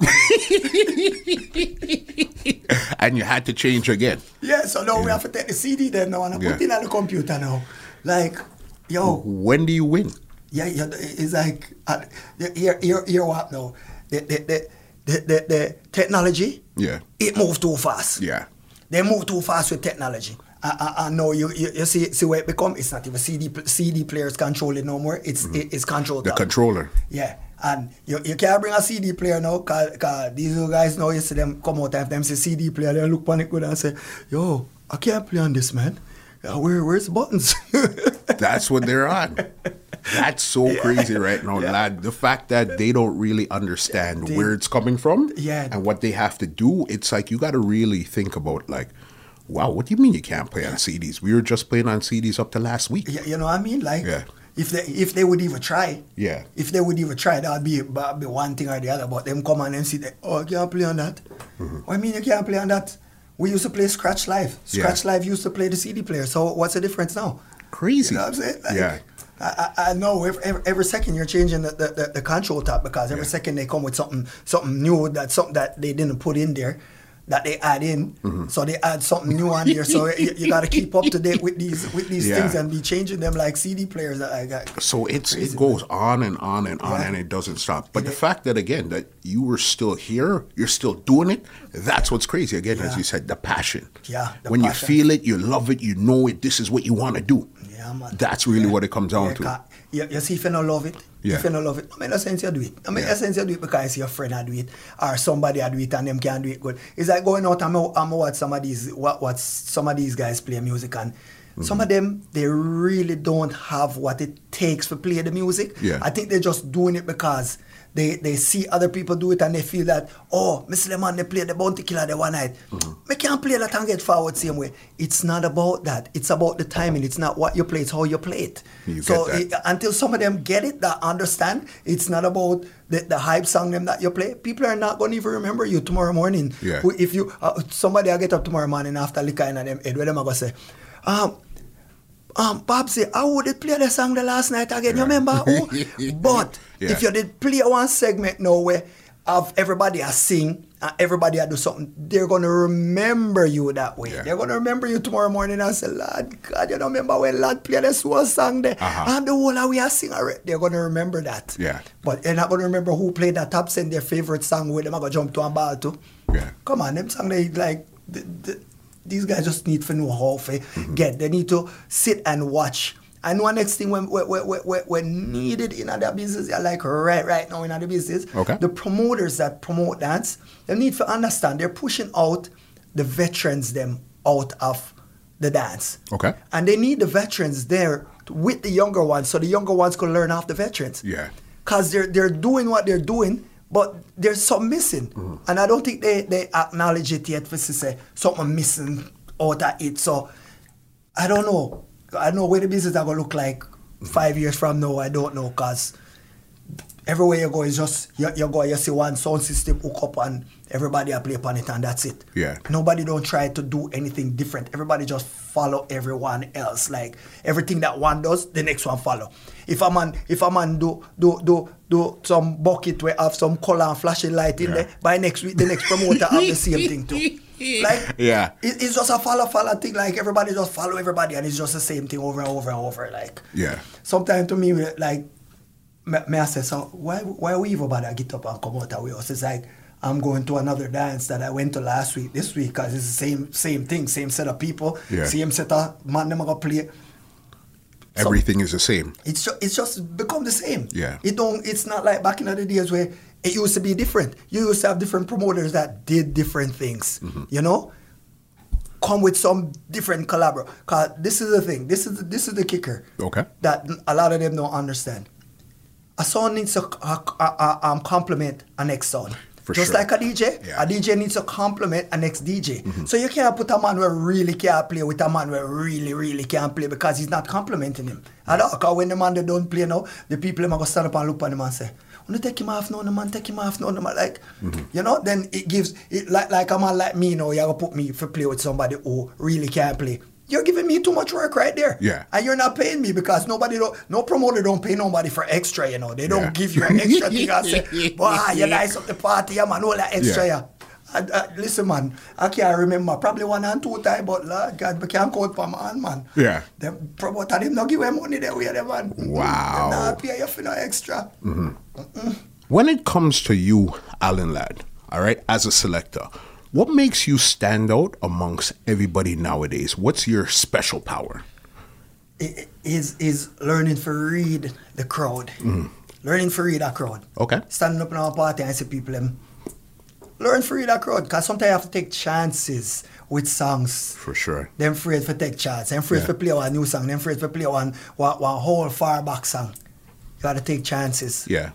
B: come.
A: and you had to change again.
B: yeah, so now we have to take the CD then now and I put
A: Yeah.
B: it on the computer now. Like, yo,
A: When do you win?
B: Yeah, yeah, it's like uh, here, here, here what now? The the, the the the the technology.
A: Yeah.
B: It moved too fast.
A: Yeah.
B: They move too fast with technology. I, I, I know you, you you see see where it become. It's not even CD pl- CD players control it no more. It's it- it's control.
A: The
B: tab.
A: controller.
B: Yeah, and you, you can't bring a CD player now, cause, 'cause these little guys now you see them come out and if them see CD player, they look panic good and say, "Yo, I can't play on this man. Uh, Where where's the buttons?"
A: That's what they're on. That's so crazy right now, lad. The fact that they don't really understand
B: They-
A: where it's coming from
B: Yeah.
A: and what they have to do, it's like you got to really think about, like, wow, what do you mean you can't play on CDs? We were just playing on CDs up to last week.
B: Yeah, you know what I mean? Like,
A: Yeah.
B: if they if they would even try,
A: Yeah.
B: if they would even try, that'd be that'd be one thing or the other. But them come and then see that, oh, I can't play on that.
A: Mm-hmm.
B: What I mean, you can't play on that. We used to play Scratch Live.
A: Yeah.
B: Scratch Live used to play the CD player. So what's the difference now?
A: Crazy.
B: You know what I'm saying? Like,
A: yeah.
B: I, I I know every, every, every second you're changing the, the, the, the control top because every second they come with something something new that something that they didn't put in there that they add in.
A: Mm-hmm.
B: So they add something new on there. So you, you got to keep up to date with these with these
A: Yeah.
B: things and be changing them like CD players that I got.
A: So it's it goes on and on and on and it doesn't stop. But the fact that again that you were still here, you're still doing it. That's what's crazy. Again, as
B: Yeah.
A: you said, the passion.
B: Yeah, the
A: when
B: passion.
A: you feel it, you love it, you know it. This is what you want to do.
B: Yeah, man.
A: That's really what it comes down
B: Yeah,
A: to.
B: 'cause You, you see, if you don't love it,
A: Yeah.
B: if you don't love it, I mean, sense you do it. I mean,
A: Yeah.
B: sense you do it because it's your friend I do it, or somebody I do it, and them can do it good. It's like going out and I'm, I'm watch some of these what what some of these guys play music and. Some of
A: Mm-hmm.
B: them, they really don't have what it takes to play the music.
A: Yeah.
B: I think they're just doing it because they, they see other people do it and they feel that, oh, Miss Lemon, they play the Bounty Killer the one night.
A: Mm-hmm.
B: Me can't play that and get forward same way. It's not about that. It's about the timing. It's not what you play. It's how you play it.
A: You
B: so
A: get that.
B: it- until some of them get it, that understand, it's not about the, the hype song them that you play. People are not going to even remember you tomorrow morning.
A: Yeah.
B: Who- If you uh, somebody I get up tomorrow morning after liquor and them head, where them I go say, um, um, Popsy, I would did play the song the last night again. You remember? Oh, but
A: Yeah.
B: if you did play one segment now where of everybody I sing, and everybody I do something, they're gonna remember you that way.
A: Yeah.
B: They're gonna remember you tomorrow morning and say, Lord God, you don't remember when Lord played the soul song there.
A: Uh-huh.
B: And the whole of we are sing already. They're gonna remember that.
A: Yeah.
B: But they're not gonna remember who played that top send their favorite song where them I gonna jump to and ball to.
A: Yeah.
B: Come on, them song they like th- th- these guys just need to know how to
A: Mm-hmm.
B: get. They need to sit and watch. And one next thing when when, when, when, when needed in other business, yeah, like right right now in other business,
A: Okay.
B: the promoters that promote dance, they need to understand they're pushing out the veterans them out of the dance.
A: Okay.
B: And they need the veterans there with the younger ones, so the younger ones could learn off the veterans
A: Yeah.
B: because they're they're doing what they're doing, but there's some missing,
A: Mm-hmm.
B: and I don't think they they acknowledge it yet. For to say something missing out of it, so I don't know. I don't know where the business are gonna look like
A: Mm-hmm.
B: five years from now. I don't know, cause everywhere you go is just you, you go you see one sound system hook up and everybody a play upon it and that's it.
A: Yeah.
B: Nobody don't try to do anything different. Everybody just follow everyone else. Like everything that one does, the next one follow. If a man if a man do do do do some bucket where have some color and flashing light in
A: Yeah.
B: there, by next week the next promoter have the same thing too. Like
A: Yeah.
B: it, it's just a follow follow thing. Like everybody just follow everybody and it's just the same thing over and over and over. Like
A: Yeah.
B: sometimes to me, like, me, me I say, so why, why we even bother get up and come out of house? It's like, I'm going to another dance that I went to last week, this week, because it's the same same thing, same set of people,
A: Yeah.
B: same set of man them going to play. So-
A: Everything is the same.
B: It's just, it's just become the same.
A: Yeah.
B: It don't, it's not like back in the days where it used to be different. You used to have different promoters that did different things,
A: Mm-hmm.
B: you know? Come with some different collabor. Cause this is the thing. This is the, this is the kicker
A: Okay.
B: that a lot of them don't understand. A sound needs to uh, uh, um, complement a next sound.
A: For
B: Just
A: sure.
B: like a DJ,
A: Yeah. Mm-hmm.
B: a DJ needs to complement a next DJ. So you can't put a man where really can't play with a man where really, really can't play because he's not complimenting him. At all. Because when the man they don't play now, the people them are going to stand up and look at him and say, "Wanna take him off now, the man, take him off now, the man. Like,
A: Mm-hmm.
B: you know, then it gives, it, like, like a man like me, you know, you're going to put me for play with somebody who really can't play. You're giving me too much work right there.
A: Yeah.
B: And you're not paying me because nobody don't no promoter don't pay nobody for extra, you know. They don't
A: Yeah.
B: give you an extra thing and say, Boy, you nice up the party, yeah, man, all that extra,
A: Yeah.
B: yeah. And, uh, listen, man, I can't remember. Probably one and two time, but Lord God, we can't count for man, man.
A: Yeah.
B: Them promoter, them not give away money they way, them, man.
A: Wow.
B: They not pay you for no extra.
A: When it comes to you, Alan Ladd, all right, as a selector, what makes you stand out amongst everybody nowadays? What's your special power?
B: I- is is learning to read the crowd.
A: Mm-hmm.
B: Learning to read a crowd.
A: Okay.
B: Standing up in our party and see people them. Learn to read a crowd because sometimes you have to take chances with songs.
A: For sure.
B: Them afraid for take chance. Them afraid
A: Yeah.
B: for play one new song. Them afraid for play one, one, one whole far back song. You got to take chances.
A: Yeah.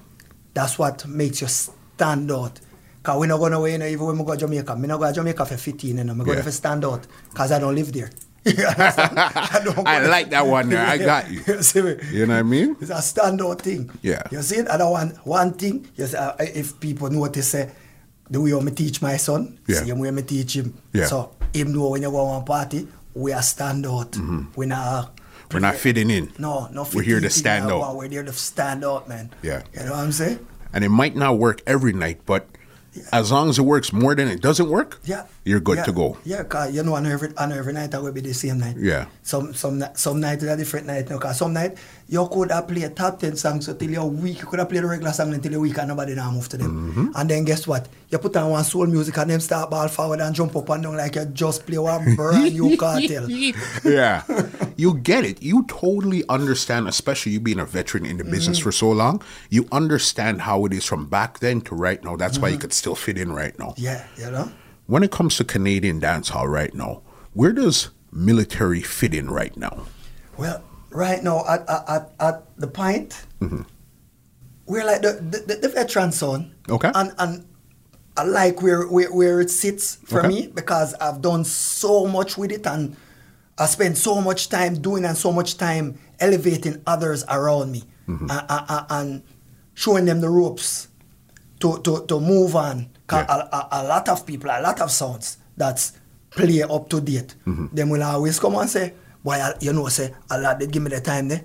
B: That's what makes you stand out. Because we're not going away, you know, even when we go to Jamaica. I'm not going to Jamaica for 15, you know. I'm going
A: Yeah.
B: to stand out because I don't live there. You understand? I, don't
A: I
B: go-
A: like that one there. I got you.
B: see me?
A: You know what I mean?
B: It's a standout thing.
A: Yeah.
B: You see it? And I want one thing, you see, uh, if people notice uh, the way I teach my son,
A: Yeah.
B: same way I teach him.
A: Yeah.
B: So him know when you go on party, we are standout. out. We not
A: Mm-hmm. We're not fitting in.
B: No, no.
A: We're here to
B: fitting
A: stand
B: now,
A: out.
B: wow, We're here to stand out, man.
A: Yeah.
B: You know what I'm saying?
A: And it might not work every night, but as long as it works more than it doesn't work,
B: Yeah.
A: you're good
B: yeah.
A: to go.
B: Yeah, cause you know, on every on every night I will be the same night.
A: Yeah.
B: Some some ni- some night is a different night. No, cause some night you could have played top ten songs until your week. You could have played the regular song until your week and nobody now move to them.
A: Mm-hmm.
B: And then guess what? You put on one soul music and them start ball forward and jump up and down like you just play one brand new cartel.
A: yeah. You get it. You totally understand, especially you being a veteran
B: Mm-hmm.
A: in the business for so long. You understand how it is from back then to right now. That's
B: Mm-hmm.
A: why you could still fit in right now.
B: Yeah, you know.
A: When it comes to Canadian dancehall right now, where does military fit in right now?
B: Well, right now at at, at, at the point,
A: Mm-hmm.
B: we're like the the, the, the veteran son.
A: Okay.
B: And and I like where where, where it sits for
A: Okay.
B: me because I've done so much with it and I spent so much time doing and so much time elevating others around me
A: Mm-hmm.
B: and, and- and showing them the ropes to to, to move on. 'Cause
A: Yeah.
B: a, a, a lot of people, a lot of sounds that's play up to date.
A: Mm-hmm.
B: Them will always come and say, "Why I- you know say a lot did give me the time there,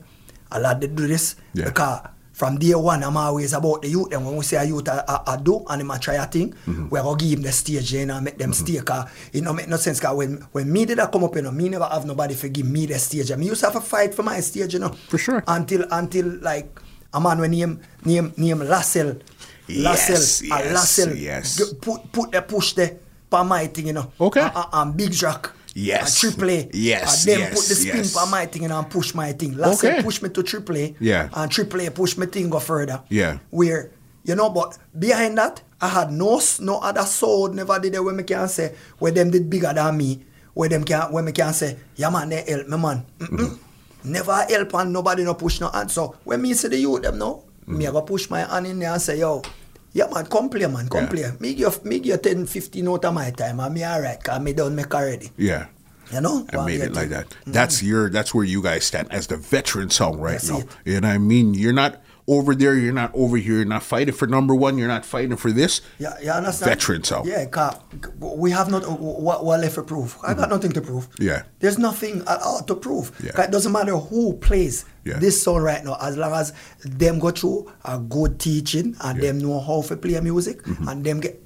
B: a lot did do this
A: Yeah.
B: because." From day one, I'm always about the youth. And when we say a youth, I, I, I do, and I'm a try a thing,
A: Mm-hmm.
B: we're going to give them the stage, you know, and make them stay. Cause it don't make no sense. Cause when, when me did I come up, you know, me never have nobody for give me the stage. I mean, used to have a fight for my stage, you know.
A: For sure.
B: Until, until like, a man when name, name, name Lassell.
A: Yes,
B: Lassell,
A: yes,
B: a Lassell,
A: yes.
B: ah, g- put put the push there for my thing, you know.
A: Okay.
B: A- a- And Big Jack.
A: Yes.
B: And triple A.
A: Yes,
B: And then
A: yes,
B: put the spin
A: yes.
B: for my thing, you know, and push my thing. Lassell
A: Okay.
B: push me to triple A.
A: Yeah.
B: And triple A push me thing go further.
A: Yeah.
B: Where, you know, but behind that, I had no s- no other soul, never did it where me can say, where them did bigger than me, where them can where me can say, yeah man, they help me man. Mm-mm.
A: Mm-hmm.
B: Never help and nobody no push no hand. So when me see the youth them now,
A: Mm-hmm.
B: me I go push my hand in there and say, yo, yeah man, come play man, come
A: Yeah.
B: play. Me give me give 10, 15 out of my time and me alright, cause me done make already.
A: Yeah.
B: You know?
A: I
B: Well,
A: made
B: yeah,
A: it like
B: thing.
A: that. That's your. That's where you guys stand as the veteran song right
B: Mm. That's
A: now.
B: it.
A: You know what I mean? You're not over there. You're not over here. You're not fighting for number one. You're not fighting for this.
B: Yeah, you understand?
A: Veteran song.
B: Yeah, ca- we have not uh, what, what left to prove. I got nothing to prove.
A: Mm-hmm. Yeah.
B: There's nothing at all to prove.
A: Yeah.
B: 'Cause It doesn't matter who plays
A: Yeah.
B: this song right now, as long as them go through a good teaching and
A: Yeah. Mm-hmm.
B: them know how to play music and them get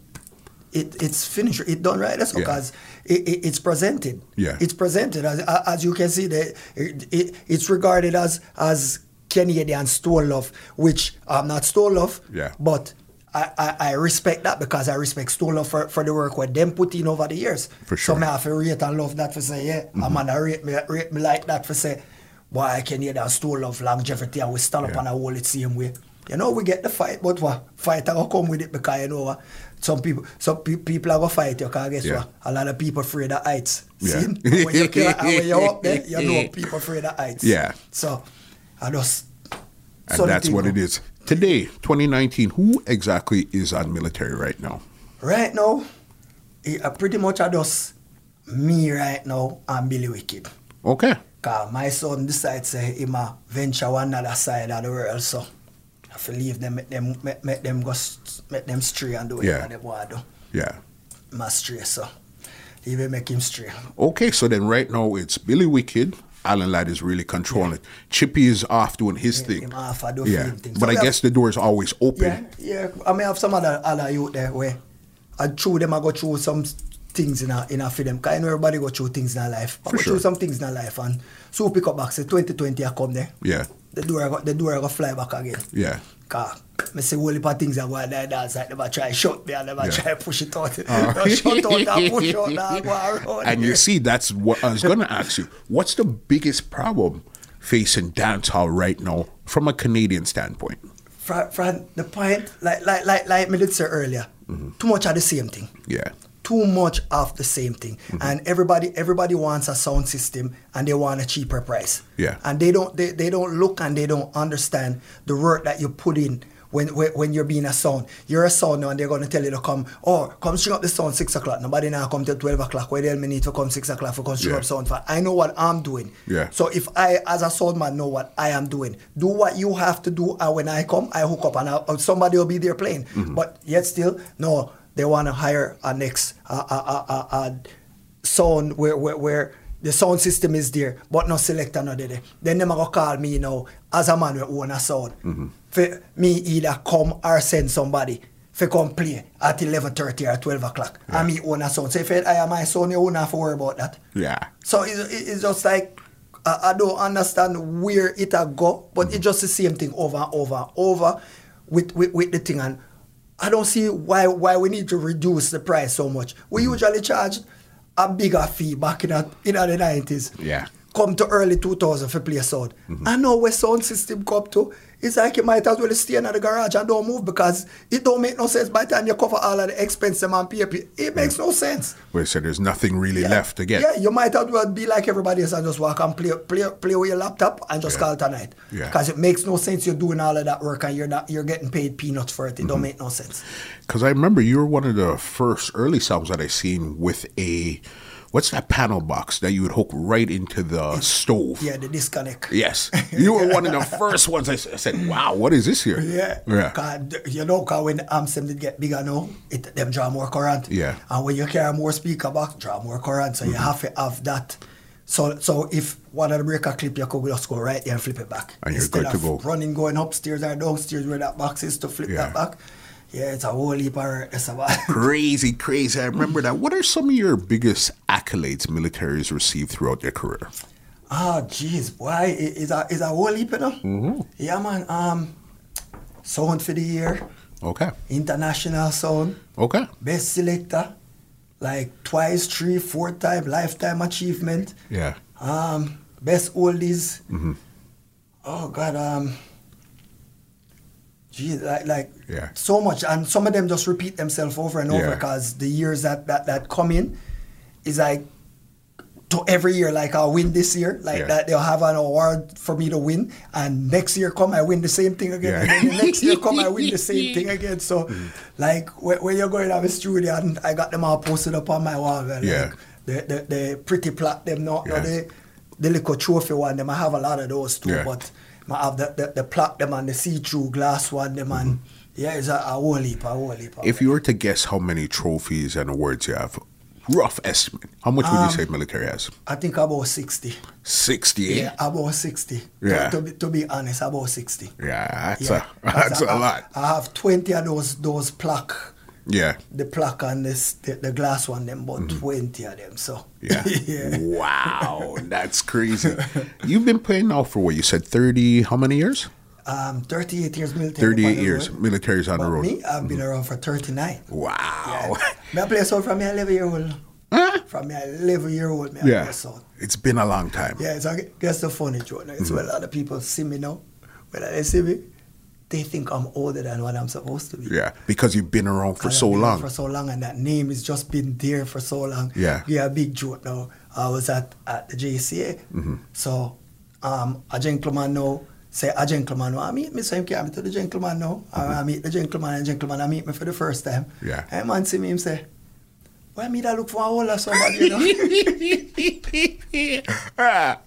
B: it, it's finished. It done right. That's
A: Yeah.
B: because it, it, it's presented.
A: Yeah.
B: It's presented as as you can see. The, it, it, it's regarded as as Canadian stole love, which I'm not stole love.
A: Yeah.
B: But I, I, I respect that because I respect stole love for, for the work what them put in over the years.
A: For
B: So
A: sure. Mm-hmm.
B: me have to rate and love that for say yeah. I'm gonna rate me rate me like that for say why Canadian stole love longevity and we stand up
A: Yeah.
B: and I hold it same way. You know, we get the fight, but what? Fight are gonna come with it because you know what? Some people, some pe- people are gonna fight you. Cause guess
A: Yeah.
B: what? A lot of people afraid of heights.
A: Yeah.
B: See? when, you, kill- and when you're up there, you know people afraid of heights.
A: Yeah.
B: So, I just.
A: And
B: so the
A: that's
B: thing
A: what it
B: go.
A: is. Today, 2019, who exactly is on military right now?
B: Right now, it, uh, pretty much I just me right now and Billy Wicked.
A: Okay.
B: Cause my son decides say him a venture one other side of the world, so I have to leave them, make them, make, make them go, st- make them stray and do what
A: Yeah.
B: they want to do.
A: Yeah.
B: My stray, so leave him, make him stray.
A: Okay, so then right now it's Billy Wicked. Alan Ladd is really controlling it. Chippy is off doing his
B: Him
A: thing.
B: half a do
A: Yeah.
B: him thing. So
A: But I
B: we have-
A: guess the door is always
B: Yeah,
A: open.
B: yeah. I may have some other other youth there where I through them I go through some s- things in a in a for them. Cause I know everybody go through things in our life. I
A: For
B: go
A: sure.
B: through some things in our life and so pick up back say twenty twenty I come there.
A: Yeah.
B: The door I go, the door I go fly back again.
A: Yeah.
B: Cause me see whole heap of things I go and die dance. I never try shut me, I never
A: Yeah. Oh.
B: try push it out. No, shut out and push out and go around.
A: And you see, that's what I was going to ask you. What's the biggest problem facing dancehall right now from a Canadian standpoint?
B: from, from the point like like like like me did say earlier,
A: Mm-hmm.
B: too much of the same thing.
A: Yeah.
B: too much of the same thing
A: Mm-hmm.
B: and everybody everybody wants a sound system and they want a cheaper price
A: Yeah.
B: and they don't they, they don't look and they don't understand the work that you put in when, when, when you're being a sound you're a sound now and they're going to tell you to come oh come string up the sound 6 o'clock nobody now come till 12 o'clock where the hell me need to come 6 o'clock for come string
A: Yeah.
B: up sound for I know what I'm doing
A: Yeah.
B: so if I as a sound man know what I am doing do what you have to do and when I come I hook up and I, and somebody will be there playing but yet still no they want to hire a next a, a, a, a, a sound where, where, where The sound system is there, but no selector no there. Then them a go call me now as a man who own a sound. For me either come or send somebody for come play at 11.30 or 12 o'clock. And me own a sound. So if I am my son, you won't have to worry about that.
A: Yeah.
B: So it's, it's just like uh, I, I don't understand where it a go, but it's just the same thing over and over and over with, with with the thing, and I don't see why why we need to reduce the price so much. We usually charged a bigger fee back in a, in a the nineties.
A: Yeah.
B: Come to early 2000 for play sound. I know where sound system come to. It's like you might as well stay in the garage and don't move because it don't make no sense. By the time you cover all of the expense them and pay, it makes no sense.
A: Where so there's nothing really left to get.
B: Yeah, you might as well be like everybody else and just walk and play play play with your laptop and just call it a night.
A: Yeah.
B: Because it makes no sense you're doing all of that work and you're not you're getting paid peanuts for it. It don't
A: Mm-hmm.
B: make no sense.
A: Because I remember you were one of the first early songs that I seen with a, what's that panel box that you would hook right into the stove?
B: Yeah, the disconnect.
A: Yes. You were one of the first ones. I s- I said, wow, what is this here?
B: Yeah.
A: Yeah.
B: 'Cause th- you know, cause when Amsterdam did get bigger now, it them draw more current.
A: Yeah. Mm-hmm.
B: And when you carry more speaker back, draw more current. So you have to have that. So so if one of the breaker clip, you could just go right there and flip it back.
A: And you're
B: Instead
A: good to
B: of
A: go.
B: running going upstairs or downstairs where that box is to flip
A: Yeah.
B: that back. Yeah, it's a whole heap of work. It's about
A: Crazy, crazy. I remember that. What are some of your biggest accolades militaries received throughout their career?
B: Ah, jeez, boy, it- it's a it's a whole heap, you know.
A: Mm-hmm.
B: Yeah, man. Um, sound for the year,
A: Okay.
B: international sound.
A: Okay.
B: best selector, like twice, three, four time, lifetime achievement.
A: Yeah.
B: Um, best oldies.
A: Mm-hmm.
B: Oh God, um, geez, like like
A: Yeah.
B: so much, and some of them just repeat themselves over and over
A: Yeah.
B: because the years that that that come in is like. To every year, like I win this year, like
A: Yeah.
B: that they'll have an award for me to win, and next year come I win the same thing again,
A: Yeah.
B: and then the next year come I win the same thing again. So,
A: Mm.
B: like when, when you're going to the studio, and I got them all posted up on my wall, man,
A: Yeah.
B: like the, the the pretty plaque them not
A: Yeah.
B: no, the the little trophy one them I have a lot of those too
A: Yeah.
B: but I have the, the, the plaque them and the see through glass one them and yeah it's a, a whole heap a whole heap a
A: Mm-hmm. If you were to guess how many trophies and awards you have, rough estimate, how much
B: Um,
A: would you say military has?
B: I think about 60
A: 68?
B: yeah about 60 To-
A: Yeah.
B: to, be, to be honest about 60
A: Yeah, that's
B: Yeah.
A: a that's
B: I-
A: a lot.
B: I, I have 20 of those those plaque
A: Yeah,
B: the plaque and this the, the glass one them but 20 of them so
A: Mm-hmm. yeah. Wow, that's crazy. You've been playing now for what you said thirty? How many years?
B: um 38 years military upon
A: Thirty-eight
B: the
A: years.
B: road.
A: Military's on the
B: But
A: road. Mm-hmm.
B: me I've been around for 39
A: Wow.
B: Me I play sound from me 11 year old.
A: Huh?
B: From me 11 year old, me I
A: Yeah.
B: play sound.
A: It's been a long time.
B: Yeah, so I gu- guess the funny joke. It's
A: Mm.
B: where a lot of people see me now. When they see me, they think I'm older than what I'm supposed to be.
A: Yeah, because you've been around for
B: And I've
A: so
B: been there
A: long.
B: For so long, and that name has just been there for so long.
A: Yeah.
B: Yeah, big joke now. I was at, at the JCA.
A: Mm-hmm.
B: So, um, a gentleman now, say a gentleman, I meet me, so him came to the gentleman now. I- I meet the gentleman, and gentleman, I meet me for the first time.
A: Mm-hmm. Yeah.
B: And man see me, him say, why me that look for a hole or somebody, you know?
A: Ah.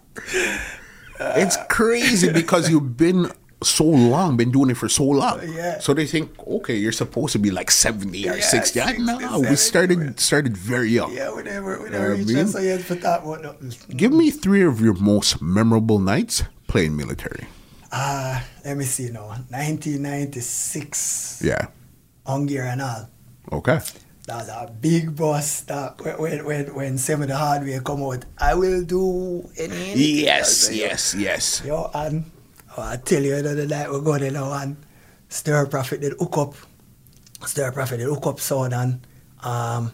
A: it's crazy because you've been so long, been doing it for so long.
B: Uh, Yeah.
A: So they think, okay, you're supposed to be like seventy or
B: Yeah,
A: sixty. I
B: 60,
A: no, we
B: 70.
A: started started very young.
B: yeah, we never, we
A: Yeah,
B: never
A: I
B: reached
A: mean-
B: that, so yeah, for that one. nothing.
A: Give me three of your most memorable nights playing military.
B: Ah, let me see now. 1996,
A: Yeah.
B: Hungary and all.
A: Okay.
B: That was a big bus that when- when when when some of the hardware come out, I will do any
A: Yes, yes,
B: eh?
A: yes.
B: Yo and oh, I tell you the other night we go there now oh, and Stir Prophet did hook up. Stir Prophet did hook up sound and um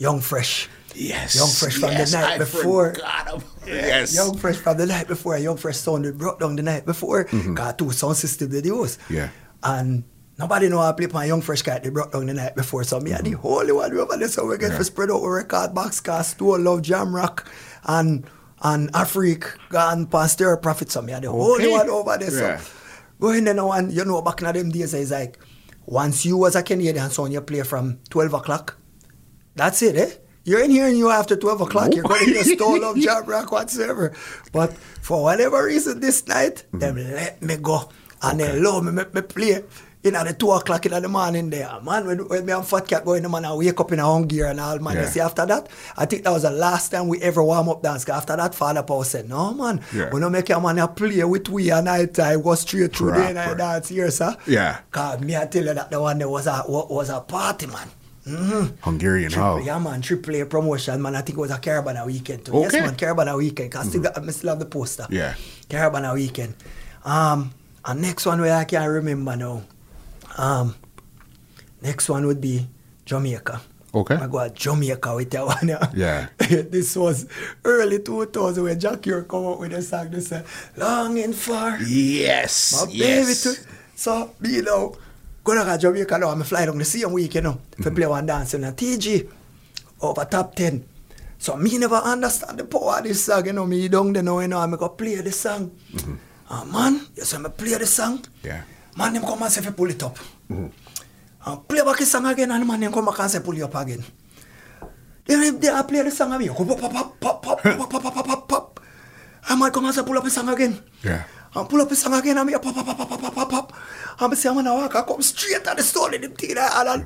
B: Young Fresh.
A: Yes.
B: Young Fresh from the
A: yes,
B: night
A: I
B: before.
A: forgot of- yes.
B: Young Fresh from the night before, Young Fresh sound we brought down the night before. Got two sound system they use.
A: Mm-hmm. Yeah.
B: And nobody know how to play my Young Fresh cat they brought down the night before. So me and the holy one remember this so we get
A: Mm-hmm. Yeah.
B: to spread out with record box cast, Stone Love Jam Rock and and Afrique gone past their profit. So me and the
A: Okay.
B: holy one over there.
A: Yeah.
B: So going there now and you know back in them days it's like once you was a Canadian sound you play from twelve o'clock that's it, eh? You're in here and you after 12 o'clock. You're going to hear stole up, job rock, whatsoever. But
A: Mm-hmm.
B: for whatever reason, this night, them let me go. And they love me, make me play. in at the two o'clock in the morning there. Man, when, when me and Fat Cat going, the man, I wake up in a home gear and all, man.
A: Yeah.
B: You see, after that, I think that was the last time we ever warm up dance. 'Cause After that, Father Paul said, no, man,
A: Yeah.
B: we don't make your man a play with we and I time, go straight through there and I
A: Proper.
B: dance here, sir.
A: Yeah.
B: Because me, I tell you that the one there was a, wa- was a party, man.
A: Hungarian
B: Triple,
A: Hall.
B: yeah, man, triple A promotion, man. I think it was a Carabana weekend too. Yes,
A: Okay. Mm-hmm.
B: man, Carabana weekend. Cause still got- I still have the poster.
A: Yeah.
B: Carabana weekend. Um, and next one where I can't remember now. Um, next one would be Jamaica.
A: Okay.
B: I go to Jamaica with that one.
A: Yeah.
B: this was early 2000 when Jack Ure come out with a song that said, Longing for.
A: Yes. yes.
B: My baby too. So me now, go to Jamaica now, I'm fly down the same week, you know, to
A: Mm-hmm.
B: play one dance in a TG over top 10. So me never understand the power of this song, you know, me down there now, you know, I'm going to play the song.
A: Mm-hmm.
B: Ah man, yes, I'm going to play the song.
A: Yeah.
B: Man, them come and say, "Fi pull it up. Ah, play back the song again, and man, them come back and say, pull it up again. Then they, they play the song again. Pop, pop, pop, pop, pop, pop, pop, pop, pop, pop. And man, come and say, pull up the song again.
A: Yeah.
B: And pull up his song again and me a pop, pop, pop, pop, pop, pop, pop. And me say, I'm gonna walk, I come straight at the stone in the thing and all.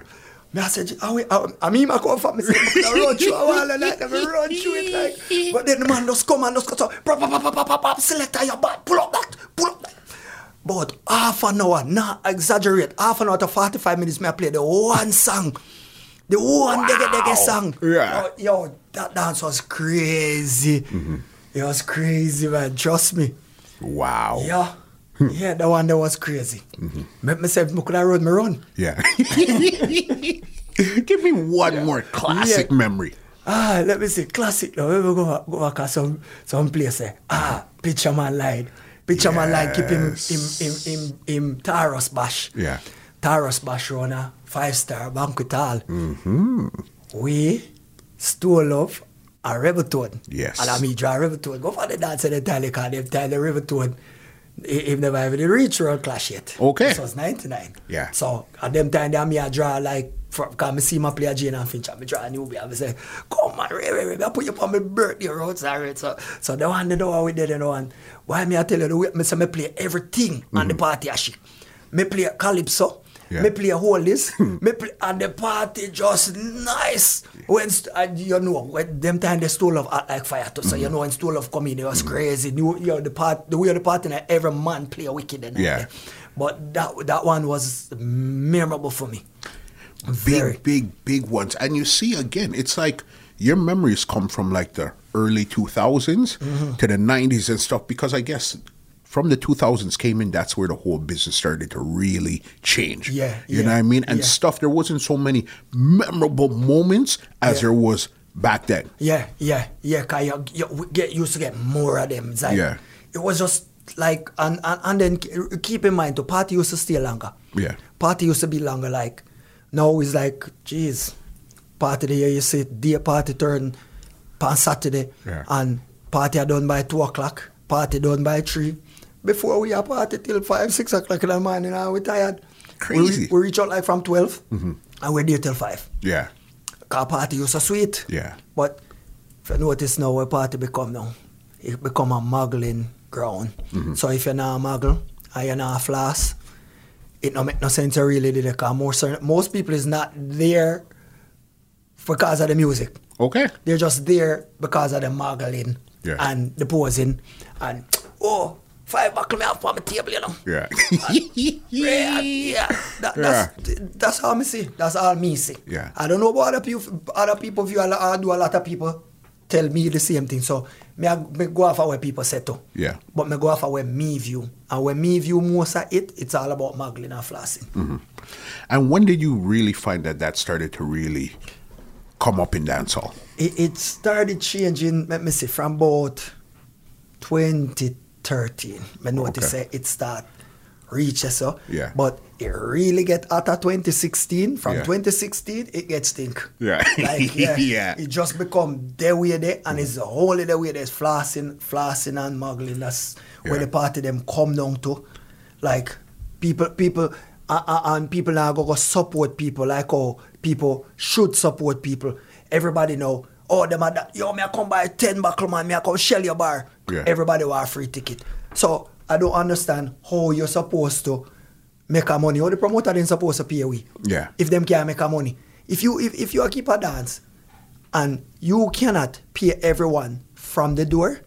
B: Me I said, I, we- I, I mean, I come from, me say, I'm gonna run through a wall and like, I run through it like. But then the man just come and just go, so, pop, pop, pop, pop, pop, pop, pop, select your back, pull up that, pull up that. But half an hour, not exaggerate, half an hour to 45 minutes, me I play the one song. The one dege dege song.
A: Yeah.
B: Yo, yo, that dance was crazy. It was crazy, man. Trust me.
A: Wow.
B: Yeah. Yeah, that one that was crazy. Make myself, I could have rode my run.
A: Yeah. Give me one more classic
B: Yeah.
A: memory.
B: Ah, let me see, classic now. Let me go, back- go back at some, some place. Eh. Ah, picture man lied. Picture man lied, keep him, him, him, him, him, Taros Bash.
A: Yeah.
B: Taros Bash runner, five star banquet hall.
A: Mm-hmm.
B: We stole off a river toad.
A: Yes.
B: And I mean, draw river toad. Go for the dance at the time, they can't tell the river toad. If never have any reach world clash yet.
A: Okay.
B: This was 99.
A: Yeah.
B: So at them time, there me I draw like, because I see my player Jane and Finch, and I draw a newbie, and I say, come on, Ray, Ray, Ray, I put you on my birthday roads, all right. So, so the one, they know how we did, you know, and why me I tell you, the way, me say, me play everything on the party, actually. Me play Calypso,
A: Yeah.
B: me play Holies, me play, and the party just nice. When, st- and you know, when them time they stole of Act Like Fire, too, so you know, when stole of come in, it was crazy. You, you know, the, part, the way the party, like, every man play a wicked. And
A: Yeah.
B: but that that one was memorable for me.
A: Big,
B: Very.
A: big, big ones. And you see again, it's like your memories come from like the early 2000s
B: Mm-hmm.
A: to the 90s and stuff because I guess from the 2000s came in that's where the whole business started to really change
B: Yeah,
A: you know
B: yeah,
A: what i mean and
B: yeah.
A: stuff there wasn't so many memorable moments as
B: Yeah.
A: there was back then
B: Yeah, yeah, yeah. Cause you, you we get used to get more of them. It's like,
A: Yeah.
B: It was just like and, and and then k- keep in mind the party used to stay longer.
A: Yeah.
B: Party used to be longer. Like now it's like, geez, party the year you see day party turn on Saturday
A: Yeah.
B: and party are done by two o'clock. Party done by three. Before we are party till five, six o'clock in the morning, and we tired. We re-
A: Crazy. Mm-hmm.
B: We, reach out like from 12 and we're there till five
A: yeah
B: car party used to sweet.
A: Yeah.
B: But if you notice now where party become now, it become a muggling ground.
A: Mm-hmm.
B: So if you're not muggle and you're not floss, it no make no sense to really do the car. Most, cer- most people is not there because of the music.
A: okay
B: They're just there because of the muggling
A: Yeah.
B: and the posing and oh, five buckle me up on my table, you know.
A: yeah
B: Yeah, yeah. That, That's that's how me see. That's all me see.
A: Yeah.
B: I don't know about other people. Other people view. a lo- I do a lot of people tell me the same thing. So me, I, me go off of where people say too.
A: Yeah.
B: But me go off of where me view, and where me view most of it, it's all about muggling and flossing.
A: and when did you really find that that started to really come up in dancehall
B: It, it started changing. Let me see. From about 2013, me notice
A: Okay.
B: say it start reach eh, so.
A: Yeah.
B: But it really get after 2016. From
A: Yeah.
B: 2016, it gets stink.
A: Yeah.
B: Like, yeah,
A: Yeah.
B: It just become the way they, and it's the whole of the way there's flossing, flossing and muggling. That's where
A: Yeah.
B: the party them come down to. Like people, people, uh, uh, and people now go, go support people. Like oh, people should support people. Everybody know. Oh, them are that. Yo, me I come buy ten buckle man. Me I come shell your bar.
A: Yeah.
B: Everybody want free ticket. So I don't understand how you're supposed to make a money. How the promoter then supposed to pay we?
A: Yeah.
B: If them can't make a money. If you if, if you a keep a dance and you cannot pay everyone from the door,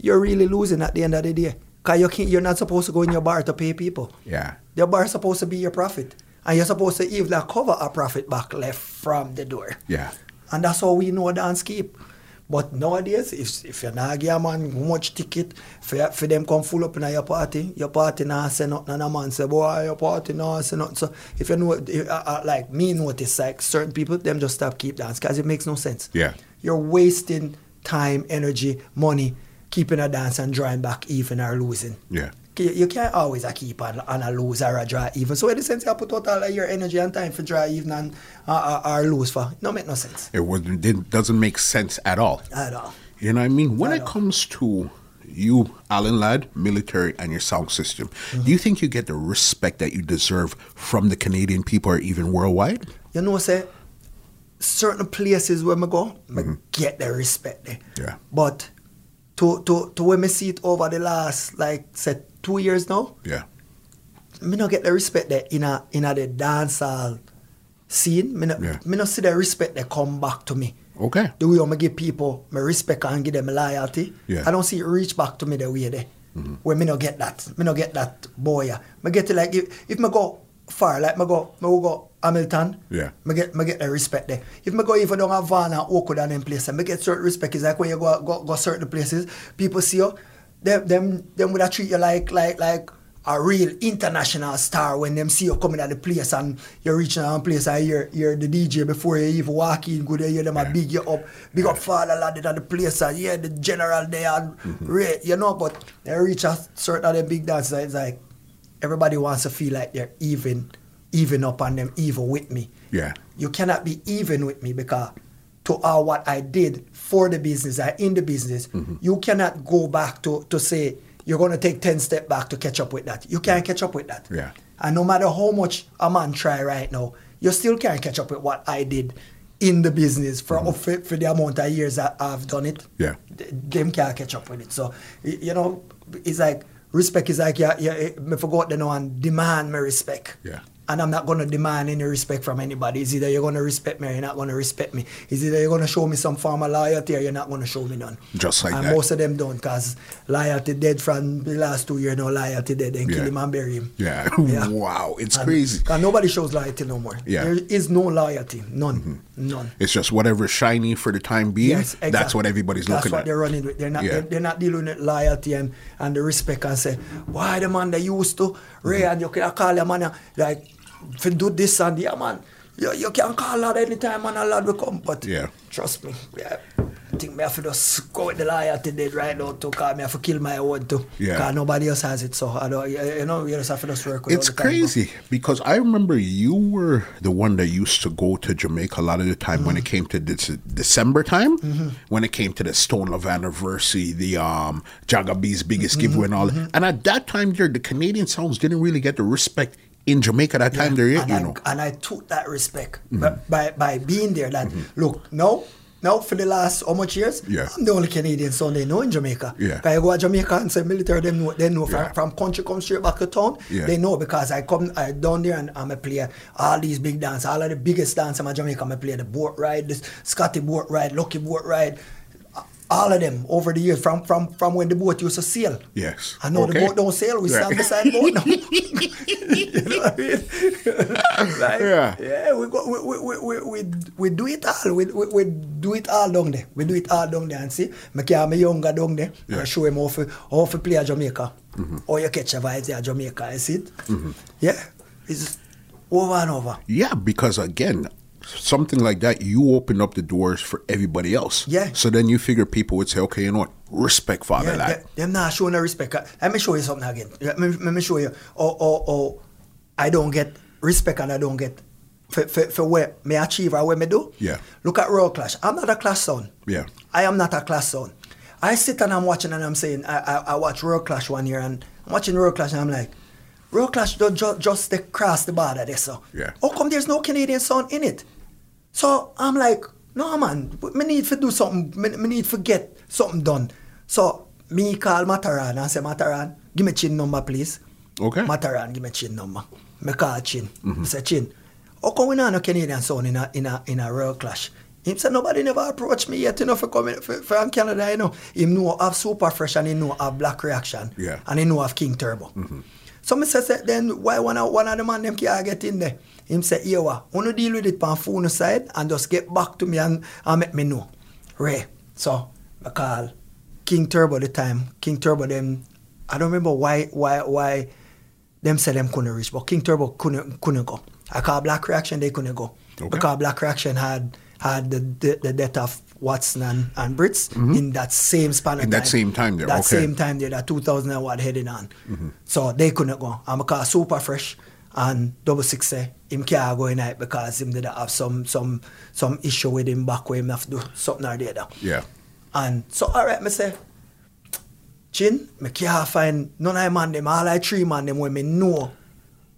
B: you're really losing at the end of the day. Cause you can't, you're not supposed to go in your bar to pay people.
A: Yeah.
B: Your bar is supposed to be your profit. And you're supposed to even cover a profit back left from the door.
A: Yeah.
B: And that's how we know dance keep. But nowadays, if, if you're not give a man much ticket for, for them come full up in your party, your party not say nothing and a man say, boy, your party not say nothing. So if you know, if, uh, uh, like me notice, like certain people, them just stop keep dance because it makes no sense.
A: Yeah.
B: You're wasting time, energy, money, keeping a dance and drawing back even or losing.
A: Yeah.
B: You, you can't always a keep and, and a lose or a draw even. So in the sense, you put out all of your energy and time for draw even and uh, uh, or lose for. No make no sense
A: It was didn't, doesn't make sense at all.
B: at all.
A: You know what I mean? When
B: I
A: it
B: know.
A: comes to you, Alan Ladd, military, and your sound system,
B: Mm-hmm.
A: do you think you get the respect that you deserve from the Canadian people or even worldwide?
B: You know, say certain places where I go, I
A: Mm-hmm.
B: get the respect there.
A: Yeah.
B: But to to to when I see it over the last like say two years now,
A: Yeah.
B: me not get the respect that in a in a the dancehall scene. Me not,
A: Yeah.
B: me not see the respect that come back to me.
A: Okay.
B: The way I give people my respect and give them loyalty,
A: Yeah. Mm-hmm.
B: I don't see it reach back to me the way there. Where me not get that, me not get that boy. yeah. Me get it like if, if me go far, like me go, me will go Hamilton.
A: Yeah.
B: Me get me get the respect there. If me go even down Havana, Oakwood and them places, me get certain respect. It's like when you go go, go certain places, people see you, them them them would treat you like like like a real international star when them see you coming at the place and you're reaching out place and you're, you're the DJ before you even walk in, good hear them a big you up, big up father lad at the place and yeah the general there and Ray, you know, but they reach a certain other big dance it's like everybody wants to feel like they're even even up on them, even with me
A: Yeah.
B: you cannot be even with me because to all what I did for the business and in the business,
A: Mm-hmm.
B: you cannot go back to, to say you're going to take 10 step back to catch up with that. You can't catch up with that.
A: Yeah.
B: And no matter how much a man try right now, you still can't catch up with what I did in the business for, for, for the amount of years that I've done it.
A: Mm-hmm. Yeah.
B: Th- Them can't catch up with it. So, y- you know, it's like respect is like, yeah, yeah, me forgot the know and demand my respect
A: Yeah.
B: and I'm not gonna demand any respect from anybody. It's either you're gonna respect me or you're not gonna respect me. It's either you're gonna show me some form of loyalty or you're not gonna show me none.
A: Just like
B: and
A: that.
B: most of them don't, cause loyalty dead from the last two years now. Loyalty dead, then
A: Yeah.
B: kill him and bury him.
A: Yeah.
B: Yeah.
A: wow. It's
B: And-
A: crazy.
B: Cause nobody shows loyalty no more.
A: Yeah. Mm-hmm.
B: There is no loyalty, none, none.
A: It's just whatever's shiny for the time being.
B: Yes, exactly.
A: That's what everybody's
B: That's
A: looking
B: what
A: at.
B: they're running with. They're not.
A: Yeah.
B: They're, they're not dealing with loyalty and, and the respect and say why the man they used to Ray
A: Mm.
B: and you can call a man uh, like if do this and yeah man you, you can call lad anytime and a lad will come but
A: Yeah.
B: trust me yeah, I think me have to just go with the loyalty did right now too cause me have to kill my own too
A: Yeah.
B: cause nobody else has it so I don't you you know you just have to just work with
A: It's
B: all the time, bro.
A: crazy because I remember you were the one that used to go to Jamaica a lot of the time when it
B: Mm-hmm.
A: came to this December time, when it came to the Stone Love anniversary, the um Jagabee's
B: Mm-hmm.
A: biggest giveaway and all. that. And at that time there, the Canadian sounds didn't really get the respect in Jamaica that time there, yet,
B: and
A: you
B: I,
A: know.
B: And I took that respect by, by, by being there. That look, now, now for the last how much years?
A: Yeah.
B: I'm the only Canadian son they know in Jamaica.
A: Yeah.
B: Can I go to Jamaica and say military? Them know, they know from,
A: Yeah.
B: from country come straight back to town.
A: Yeah.
B: They know because I come I down there and I'm a player. All these big dance, all of the biggest dance in Jamaica. I'm a player. The boat ride, the Scotty boat ride, Lucky boat ride. All of them over the years, from from from when the boat used to sail.
A: Yes.
B: I know the
A: Okay.
B: boat don't sail. We
A: Yeah.
B: stand beside boat now. you know what I mean? Like,
A: Yeah.
B: yeah, we go, we, we, we, we, we, we do it all. We, we, we do it all down there. We do it all down there. And see, me carry my younger down
A: Yeah.
B: there
A: Mm-hmm.
B: and show him how to, how to play at Jamaica. Or you catch a vibe there at Jamaica. You see it? Yeah. It's over and over.
A: Yeah, because again, something like that, you open up the doors for everybody else.
B: Yeah.
A: So then you figure people would say, okay, you know what? Respect Father
B: Yeah,
A: Lad.
B: them, them not showing no respect. Uh, Let me show you something again. Let me, let me show you. Oh, oh, oh, I don't get respect and I don't get for, for, for where me achieve or where me do.
A: Yeah.
B: Look at Royal Clash. I'm not a class son.
A: Yeah.
B: I am not a class son. I sit and I'm watching and I'm saying, I, I, I watch Royal Clash one year and I'm watching Royal Clash and I'm like, Royal Clash don't ju- just they cross the border there, so.
A: Yeah.
B: How come there's no Canadian son in it? So I'm like, no man, me need to do something. Me, me need to get something done. So me call Mataran and say, Mataran, give me chin number, please.
A: Okay.
B: Mataran, give me chin number. me call Chin. I say, Chin, how come we not no Canadian sound in a, in a, in a real clash? Him said, nobody never approached me yet, you know, for coming for, from Canada, you know. Him know have Super Fresh and he know have Black Reaction.
A: Yeah.
B: And he know have King Turbo. So me say, say, then why one of, one of the man them can't get in there? Him say, here wa, wanna ah, deal with it on phone side and just get back to me and, and make me know. Ray. So, I call King Turbo the time. King Turbo them, I don't remember why, why, why them say them couldn't reach, but King Turbo couldn't couldn't go. I call Black Reaction, they couldn't go.
A: Okay.
B: Because Black Reaction had had the, the, the death of Watson and, and Brits in that same span
A: Mm-hmm.
B: of
A: In
B: time.
A: that same time there,
B: That
A: okay.
B: same time there, that 2001 heading on. So they couldn't go. I'm because Super Fresh and Double Six say him can't go in it because him did have some some some issue with him back where him have to do something or the other.
A: Yeah.
B: And so all right, me say, Chin, me can't find none of them man them, all I three man them when me know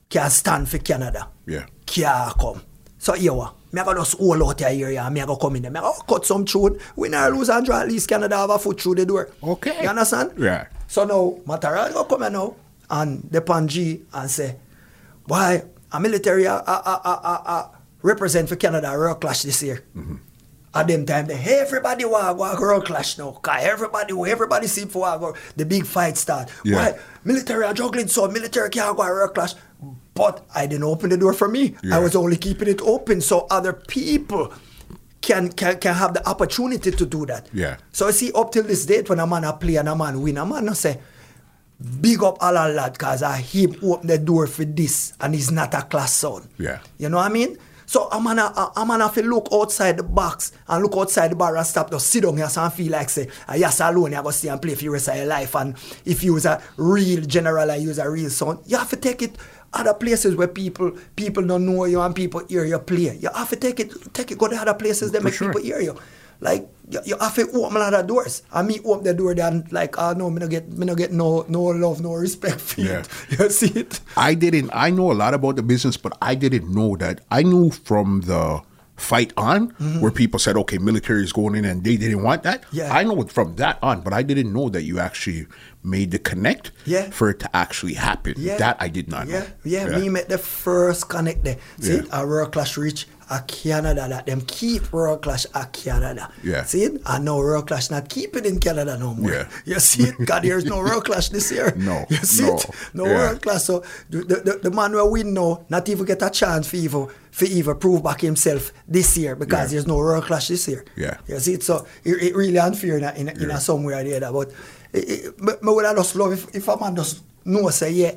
B: can stand for Canada.
A: Yeah.
B: Can't come. So here wa, me a go just hold out your area and me a go come in there. Me a go cut some throat. We not lose and draw at least Canada have a foot through the door.
A: Okay.
B: You understand?
A: Yeah.
B: So now Mataral go come here now and depend G and say, why a military a, a, a, a, a, a represent for Canada real clash this year.
A: Mm-hmm.
B: At them time, they, hey, everybody wa wa girl clash now. Cause everybody everybody see for wa go the big fight start.
A: Yeah.
B: Why military are juggling so military can't go a real clash. But I didn't open the door for me.
A: Yeah.
B: I was only keeping it open so other people can, can can have the opportunity to do that.
A: Yeah.
B: So you see, up till this date, when a man a play and a man win, a man no say, big up all our lad, cause I him open the door for this, and he's not a class son.
A: Yeah.
B: You know what I mean? So a man a, a, a man have to look outside the box and look outside the bar and stop just sit down here and feel like say, I yes alone you go see and play for the rest of your life. And if you was a real general and you was a real son, you have to take it other places where people people don't know you and people hear you play. You have to take it take it go to other places that
A: For
B: make
A: sure.
B: people hear you. Like you, you have to open a lot of doors. And me open the door then like oh no me no get me no get no no love, no respect for
A: Yeah.
B: it. You see it?
A: I didn't. I know a lot about the business, but I didn't know that. I knew from the fight on where people said, "Okay, military is going in," and they didn't want that.
B: Mm-hmm. Yeah.
A: I know it from that on, but I didn't know that you actually made the connect.
B: Yeah.
A: for it to actually happen. that I did not
B: yeah.
A: know.
B: Yeah, me make the first connect there. See,
A: Yeah.
B: it? a World Clash reach a Canada that them keep World Clash a Canada.
A: Yeah.
B: See, it? I know World Clash not keep it in Canada no more.
A: Yeah.
B: You see it? God, there's no World Clash this year.
A: No,
B: You see
A: no,
B: it? No
A: yeah.
B: World Clash. So the, the, the, the man who win now, not even get a chance for even, for even prove back himself this year because
A: Yeah.
B: there's no World Clash this year.
A: Yeah.
B: You see it? So it, it really unfair in a, in, a, in a some way or the other. But it, it, me, me would have just love if, if a man just know say, yeah,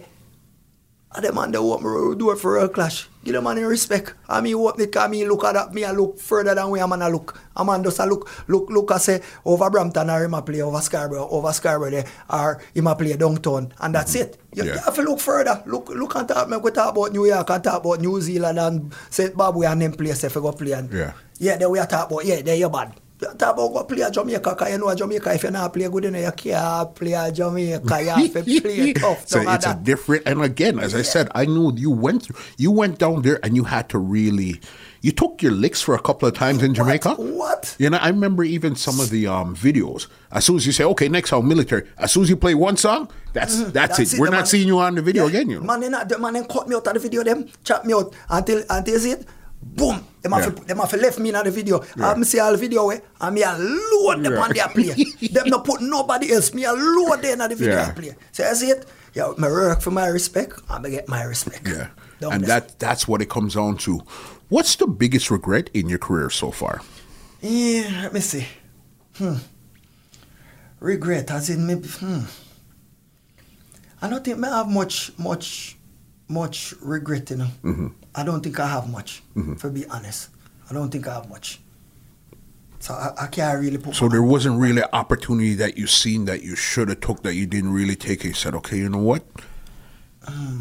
B: and the man that want me to do it for a clash. Give the man in respect. I mean what me come me look at that me I look further than where a man a look. A man just a look look look I say over Brampton or him a play over Scarborough over Scarborough there or him a play downtown and that's it. You,
A: Mm-hmm. Yeah.
B: you have to look further. Look look and talk me go talk about New York and talk about New Zealand and St. Bob and them place if you go play and
A: Yeah.
B: yeah, then we are talk about, yeah, there you bad. You talk about go play a Jamaica, because you know a Jamaica, if you not play good enough, you can't play a Jamaica, you have to play tough.
A: so
B: no matter.
A: it's a different and again as i said i knew you went through you went down there and you had to really you took your licks for a couple of times in jamaica
B: What?
A: you know i remember even some of the um videos as soon as you say okay next how military as soon as you play one song that's that's, it. we're not
B: Mm-hmm. The man-
A: seeing you on the video
B: Yeah.
A: again you know
B: Man, they not, the man then cut me out of the video, them chop me out until until see it. Boom! Them have,
A: Yeah.
B: to- them have to left me in the video. I'm see all video way, and me alone them
A: Yeah.
B: on their play. them not put nobody else. Me alone there in the video
A: Yeah.
B: play. So I see it. Yeah, my work for my respect, I'm gonna get my respect.
A: yeah
B: Don't
A: and
B: mess.
A: that that's what it comes down to what's the biggest regret in your career so far
B: Yeah, let me see. Hmm. Regret, as in me. Hmm. I don't think I have much, much, much regret. You know,
A: Mm-hmm.
B: I don't think I have much. To be honest, I don't think I have much. So I, I can't really put.
A: So
B: my-
A: there wasn't really an opportunity that you seen that you should have took that you didn't really take. And you said, okay, you know what?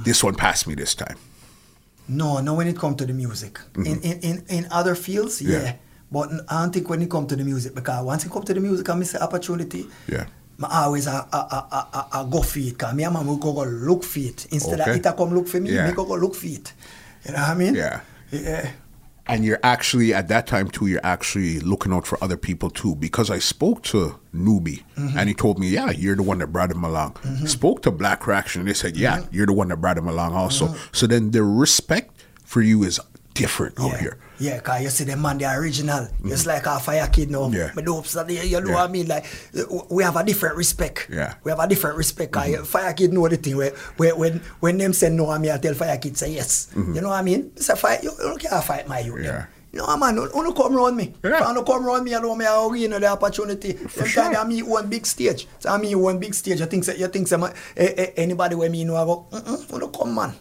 A: This one passed me this time.
B: No, no. When it comes to the music, in, in, in in other fields,
A: Mm-hmm. Yeah.
B: yeah. But I don't think when it comes to the music, because once it comes to the music, I miss the opportunity.
A: Yeah.
B: I always a, a, a, a, a ah, go for it. Cause me and my mom go go look for it instead
A: Okay.
B: of it a come look for me.
A: Yeah.
B: Me go go look for it. You know what I mean?
A: Yeah.
B: Yeah.
A: And you're actually at that time too. You're actually looking out for other people too, because I spoke to Newbie, and he told me, "Yeah, you're the one that brought him along." Spoke to Black Reaction, and they said, "Yeah, you're the one that brought him along also." So then the respect for you is different
B: yeah.
A: out here.
B: Yeah, because you see the man, the original. It's like a fire kid now.
A: Yeah.
B: But dope, so you you know
A: Yeah.
B: what I mean? Like, w- we have a different respect.
A: Yeah. Mm-hmm.
B: We have a different respect. 'cause fire kid know the thing. Where, where, when when them say no, I mean, I tell fire kid say yes. You know what I mean? It's a fight. You, you don't care fight my youth.
A: Mm-hmm. Yeah.
B: No man, you don't come round me.
A: Yeah.
B: If you don't come round me, I don't me how you know the opportunity. For
A: sure.
B: I mean one big stage. So I mean one big stage. I think so, you think so, man, eh, eh, anybody where me know I go, mm-mm, you don't come man.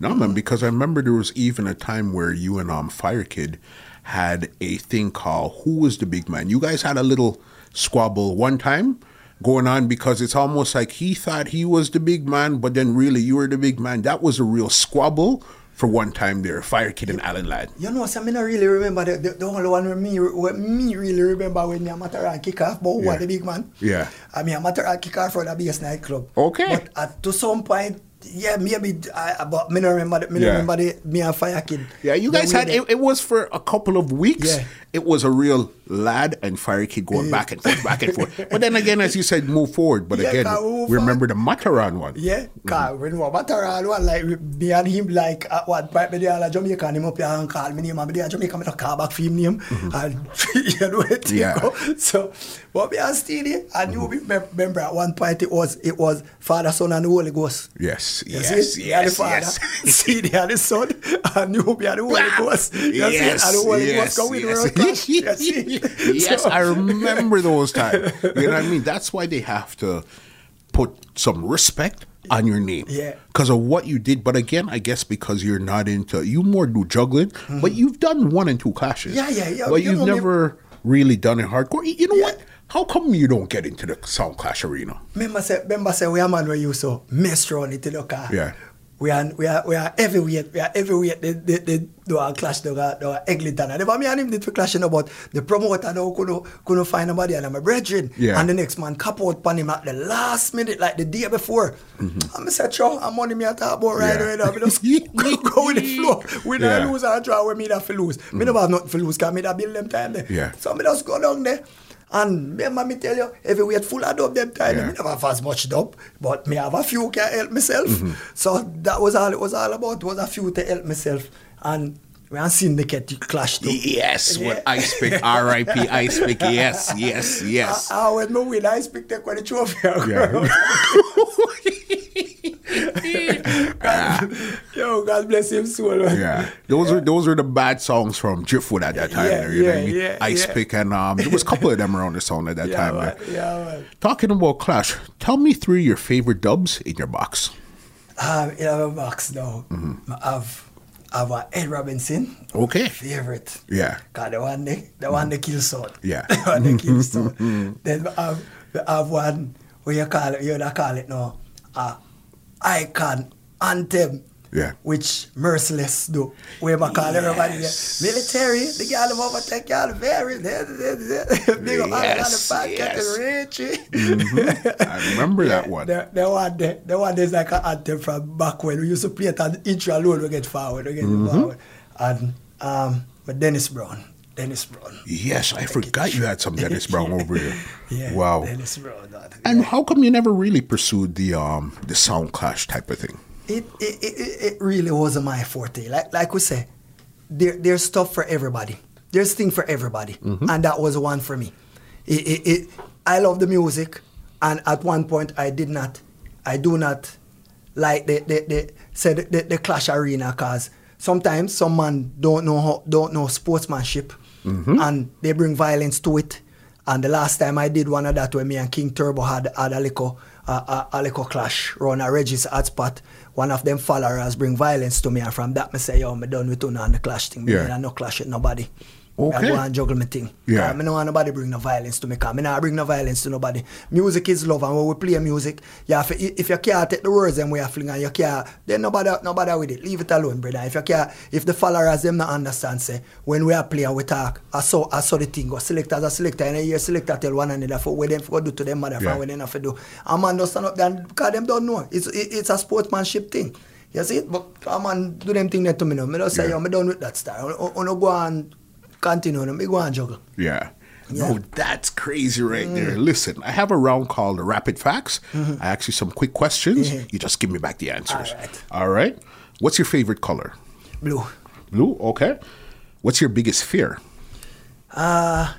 A: No, man, because I remember there was even a time where you and um Fire Kid had a thing called Who was the Big Man? You guys had a little squabble one time going on because it's almost like he thought he was the big man, but then really you were the big man. That was a real squabble for one time there, Fire Kid and Alan Ladd.
B: You know, so I don't really remember the, the, the only one with me with me really remember when me a matter and kick off, but who
A: Yeah.
B: was the big man?
A: Yeah.
B: I mean a matter and kick off for the biggest nightclub.
A: Okay.
B: But at to some point, yeah, maybe I but me don't remember the- me
A: Yeah.
B: don't remember the, me and fire kid.
A: Yeah, you
B: The
A: guys
B: way
A: had
B: they-
A: it, it was for a couple of weeks.
B: Yeah.
A: It was a real lad and fire kid going back and forth, back and forth. But then again, as you said, move forward. But
B: Yeah,
A: again,
B: can we move
A: we remember the Mataran one.
B: Yeah, because when we matter all one, like me and him, like at what point me there, like Jamaica, and him up here and call me name, and me there Jamaica, me not call back for him name, and you know it.
A: Mm-hmm.
B: you
A: Yeah. Mm-hmm.
B: know. So, but me and Steely, I knew we mem- remember at one point it was it was Father, Son, and Holy Ghost.
A: Yes,
B: You
A: yes,
B: see? Me and the
A: yes,
B: Father,
A: yes.
B: see, they are the Son, and you be the Holy Ghost. You see?
A: yes,
B: and the Holy
A: yes,
B: Ghost go with
A: yes.
B: road clash. You see?
A: Yes,
B: So-
A: I remember those times. You know what I mean? That's why they have to put some respect on your name.
B: Yeah.
A: Because of what you did. But again, I guess because you're not into, you more do juggling, but you've done one and two clashes.
B: Yeah, yeah, yeah.
A: But
B: You
A: you've
B: know me-
A: never really done it hardcore. You know
B: Yeah.
A: what? How come you don't get into the Sound Clash arena?
B: Remember say, remember say we are man we used to mess around it in the car.
A: Yeah.
B: We are we are we are heavyweight. We are heavyweight. They they they do a clash. They are they are Eglinton. And if me and him did we clashing about the promoter now couldn't couldn't find nobody and I'm a brethren.
A: Yeah.
B: And the next man cap out on him at the last minute, like the day before. I'm said, sure, I'm money me a talk about right
A: Mm-hmm. Yeah.
B: away. now. Me just go, go with the flow. We don't
A: Yeah. Mm.
B: lose and draw where me that fi lose. Me never have nothing fi lose because me that build them time there.
A: Yeah.
B: So me just go down there. And remember me tell you, heavyweight full of dub them time.
A: Yeah.
B: Me never have as much dub, but me have a few can help myself.
A: Mm-hmm.
B: So that was all it was all about, was a few to help myself. And we have seen the cat clash too.
A: Yes,
B: Yeah.
A: with Ice Pick, R.I.P. Ice Pick. Yes, yes, yes.
B: Ah, ah, when me win, I speak the quality trophy.
A: Yeah.
B: Yo, God bless him soul. man.
A: Yeah, those are those are the bad songs from Driftwood at that time.
B: Yeah,
A: there, you know
B: yeah,
A: what I mean?
B: yeah,
A: Ice
B: yeah.
A: Pick and um, there was a couple of them around the song at that
B: Yeah,
A: time.
B: man.
A: there.
B: Yeah, man.
A: Talking about Clash, tell me three of your favorite dubs in your box.
B: Um, in our box now,
A: Mm-hmm.
B: I've I've uh, Ed Robinson,
A: Okay.
B: favorite.
A: Yeah.
B: God, the one they, the one they kill son.
A: Yeah.
B: the one they kill son. then we have we have one what you call it, you know call it now, uh, icon anthem.
A: Yeah.
B: Which merciless do we ma call everybody there.
A: Yes.
B: military? The gal them overtake y'all very big up all
A: Yes,
B: the podcast
A: yes.
B: and Richie.
A: I remember that one.
B: The, the one there, the one there's like an anthem from back when we used to play it on the intro alone, we get forward, we get
A: Mm-hmm.
B: forward. And um, but Dennis Brown, Dennis Brown.
A: Yes, I forgot you had some Dennis Brown over here.
B: Yeah,
A: Wow.
B: Dennis Brown. that-
A: And how come you never really pursued the um the sound clash type of thing?
B: it, it, it, it- it really wasn't my forte. Like, like we say, there, there's stuff for everybody. There's thing for everybody. And that was one for me. It, it, it, I love the music. And at one point, I did not, I do not like the, the, the, say the, the, the clash arena because sometimes some man don't know, how, don't know sportsmanship and they bring violence to it. And the last time I did one of that, when me and King Turbo had, had a little, uh, a, a little clash, run a Reggie's hot spot, one of them followers bring violence to me, and from that, me say, yo, me done with you and the clash thing. Me
A: Yeah.
B: yeah. I no clash with nobody. I
A: Okay.
B: go and juggle my thing. Uh,
A: Yeah.
B: I no want nobody bring no violence to me, because I not bring no violence to nobody. Music is love, and when we play music, you have to, if you can't take the words them we are fling and you can't, then nobody, nobody with it. Leave it alone, brother. If you can't, if the followers them not understand, say, when we are playing, we talk, I saw, I saw the thing, go selectors are selector, and you selector tell one another for what them for do to them mother,
A: Yeah.
B: for what they not for do. A man don't stand up there, because them don't know. It's, it, it's a sportsmanship thing. You see it? But come on, do them thing that to me now. Me just say,
A: Yeah.
B: yo, me done with that star. Un- un- Uno go and continue, no, me go and juggle.
A: Yeah.
B: Yeah.
A: No, that's crazy right there. Listen, I have a round called Rapid Facts. I ask you some quick questions.
B: Yeah.
A: You just give me back the answers.
B: All right.
A: All right. What's your favorite color?
B: Blue.
A: Blue. Okay. What's your biggest fear?
B: That.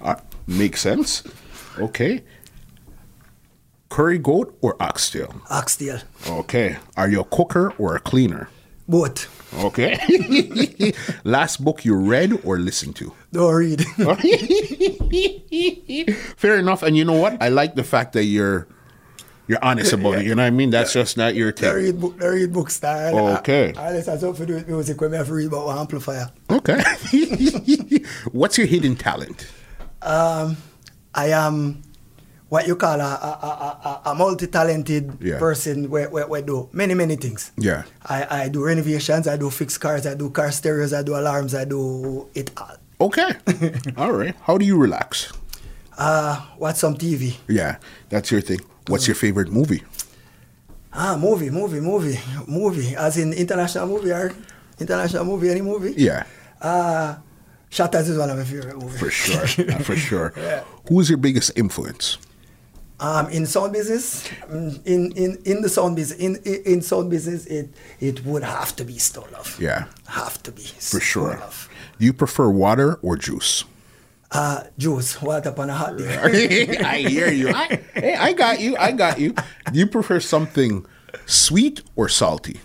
A: Uh, makes sense. Okay. Curry goat or oxtail?
B: Oxtail.
A: Okay. Are you a cooker or a cleaner?
B: Boat.
A: Okay. Last book you read or listened to?
B: Don't read.
A: Fair enough. And you know what? I like the fact that you're you're honest about it. You know what I mean? That's just not your
B: don't
A: thing.
B: read book. Don't read book star.
A: Okay.
B: I, I listen to something with music when I have to read about amplifier.
A: Okay. What's your hidden talent?
B: um, I am what you call a, a, a, a, a multi-talented
A: Yeah.
B: person where, where, where do many, many things.
A: Yeah.
B: I, I do renovations, I do fix cars, I do car stereos, I do alarms, I do it all.
A: Okay. All right. How do you relax?
B: Uh, watch some TV.
A: Yeah, that's your thing. What's your favorite movie?
B: Ah, movie, movie, movie, movie. As in international movie or international movie, any movie.
A: Yeah,
B: Uh, Shutters is one of my favorite movies.
A: for sure. for sure.
B: Yeah.
A: Who's your biggest influence?
B: Um, in sound business, mm, in, in, in the sound business, in, in, in sound business, it it would have to be Stolov.
A: Yeah.
B: have to be
A: For sure.
B: Stolov.
A: Do you prefer water or juice?
B: Uh, juice, water upon a hot day.
A: I hear you. I, hey, I got you. I got you. Do you prefer something sweet or salty?